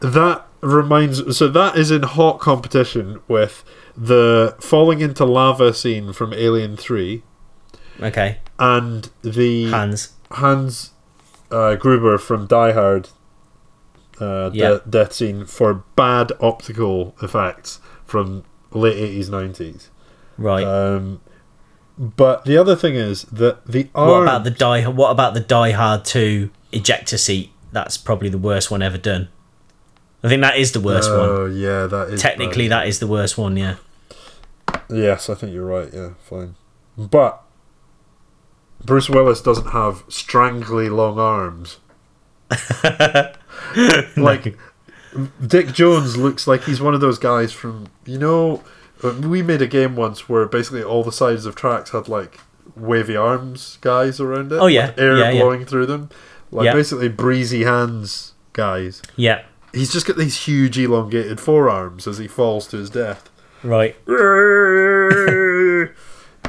S2: that reminds so that is in hot competition with the falling into lava scene from Alien Three
S1: okay
S2: and the
S1: hands
S2: Hans, uh, Gruber from Die Hard uh, de-
S1: Yeah.
S2: death scene for bad optical effects from late eighties nineties.
S1: right
S2: Um, but the other thing is that the arm.
S1: What about the die? What about the Die Hard Two ejector seat? That's probably the worst one ever done. I think that is the worst one.
S2: Oh yeah, that is
S1: Technically,
S2: bad.
S1: that is the worst one. Yeah.
S2: Yes, I think you're right. Yeah, fine. But Bruce Willis doesn't have strangly long arms. like Dick Jones looks like he's one of those guys from you know we made a game once where basically all the sides of tracks had like wavy arms guys around it.
S1: Oh, yeah.
S2: with air
S1: Yeah, yeah.
S2: blowing through them, like
S1: Yeah.
S2: basically breezy hands guys.
S1: Yeah.
S2: He's just got these huge elongated forearms as he falls to his death.
S1: Right.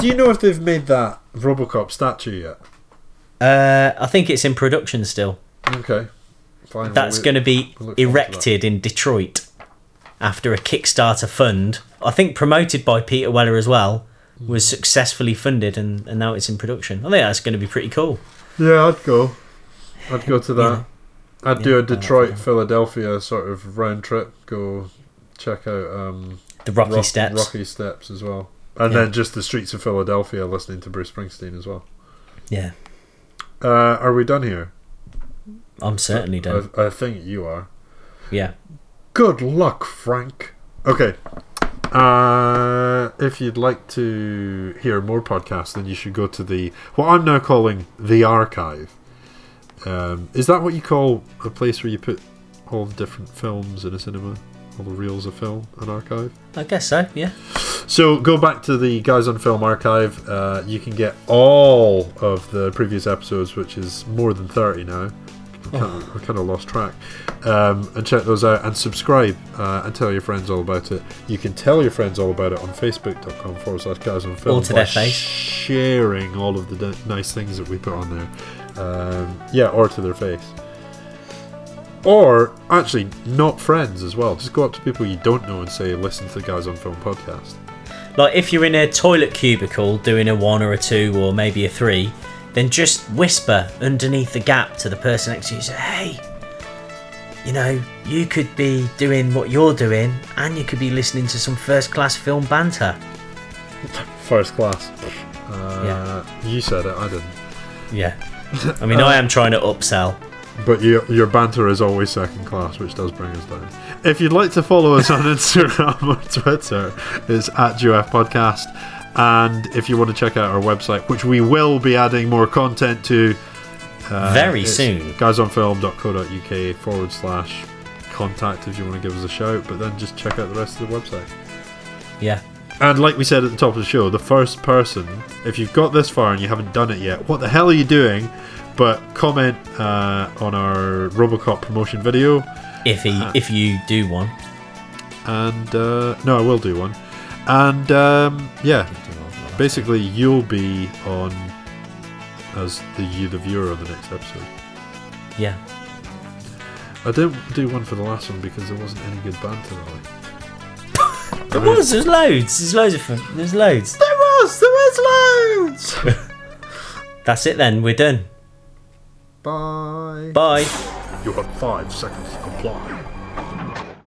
S2: Do you know if they've made that Robocop statue yet?
S1: Uh, I think it's in production still.
S2: Okay, fine.
S1: That's going to be
S2: we'll look forward to
S1: erected in Detroit after a Kickstarter fund. I think promoted by Peter Weller as well was
S2: Hmm.
S1: successfully funded and, and now it's in production. I think that's going to be pretty cool.
S2: Yeah, I'd go. I'd go to that. I'd do a Detroit Philadelphia sort of round trip. Go check out um,
S1: The Rocky
S2: Rock-
S1: Steps.
S2: Rocky Steps as well, and
S1: Yeah.
S2: then just the streets of Philadelphia, listening to Bruce Springsteen as well.
S1: Yeah.
S2: Uh, are we done here?
S1: I'm certainly done.
S2: I, I think you are. uh,
S1: yeah.
S2: Good luck, Frank. Okay. Uh, if you'd like to hear more podcasts, then you should go to the what I'm now calling the archive. Um, is that what you call a place where you put all the different films in a cinema all the reels of film and archive.
S1: I guess so. Yeah.
S2: So go back to the Guys on Film archive. Uh, you can get all of the previous episodes, which is more than 30 now. I kind
S1: Oh.
S2: of- I kind of lost track. Um, and check those out and subscribe uh, and tell your friends all about it. You can tell your friends all about it on facebook.com forward slash guys on film.
S1: Or to their
S2: by
S1: face.
S2: Sharing all of the d- nice things that we put on there. Um, yeah, or to their face. Or actually, not friends as well. Just go up to people you don't know and say, listen to the Guys on Film podcast.
S1: Like if you're in a toilet cubicle doing a one or a two or maybe a three, then just whisper underneath the gap to the person next to you. Say, hey, you know, you could be doing what you're doing, and you could be listening to some first-class film banter.
S2: First class. Uh, You said it, I didn't.
S1: Yeah. I mean, I am trying to upsell.
S2: But your, your banter is always second class, which does bring us down. If you'd like to follow us on Instagram or Twitter, it's at GF Podcast. And if you want to check out our website, which we will be adding more content to uh,
S1: Very
S2: it's
S1: soon.
S2: guysonfilm.co.uk forward slash contact if you want to give us a shout, but then just check out the rest of the website.
S1: Yeah.
S2: And like we said at the top of the show, the first person, if you've got this far and you haven't done it yet, what the hell are you doing? But comment uh, on our Robocop promotion video,
S1: If he, if you do one.
S2: and uh, no, I will do one. And um, yeah, basically, you'll be on as the you, the viewer, of the next episode.
S1: Yeah.
S2: I didn't do one for the last one because there wasn't any good banter. Really.
S1: There was. There's loads. There's loads of. There's loads.
S2: There was, there was loads.
S1: That's it then. We're done.
S2: Bye.
S1: Bye.
S2: You have five seconds to comply.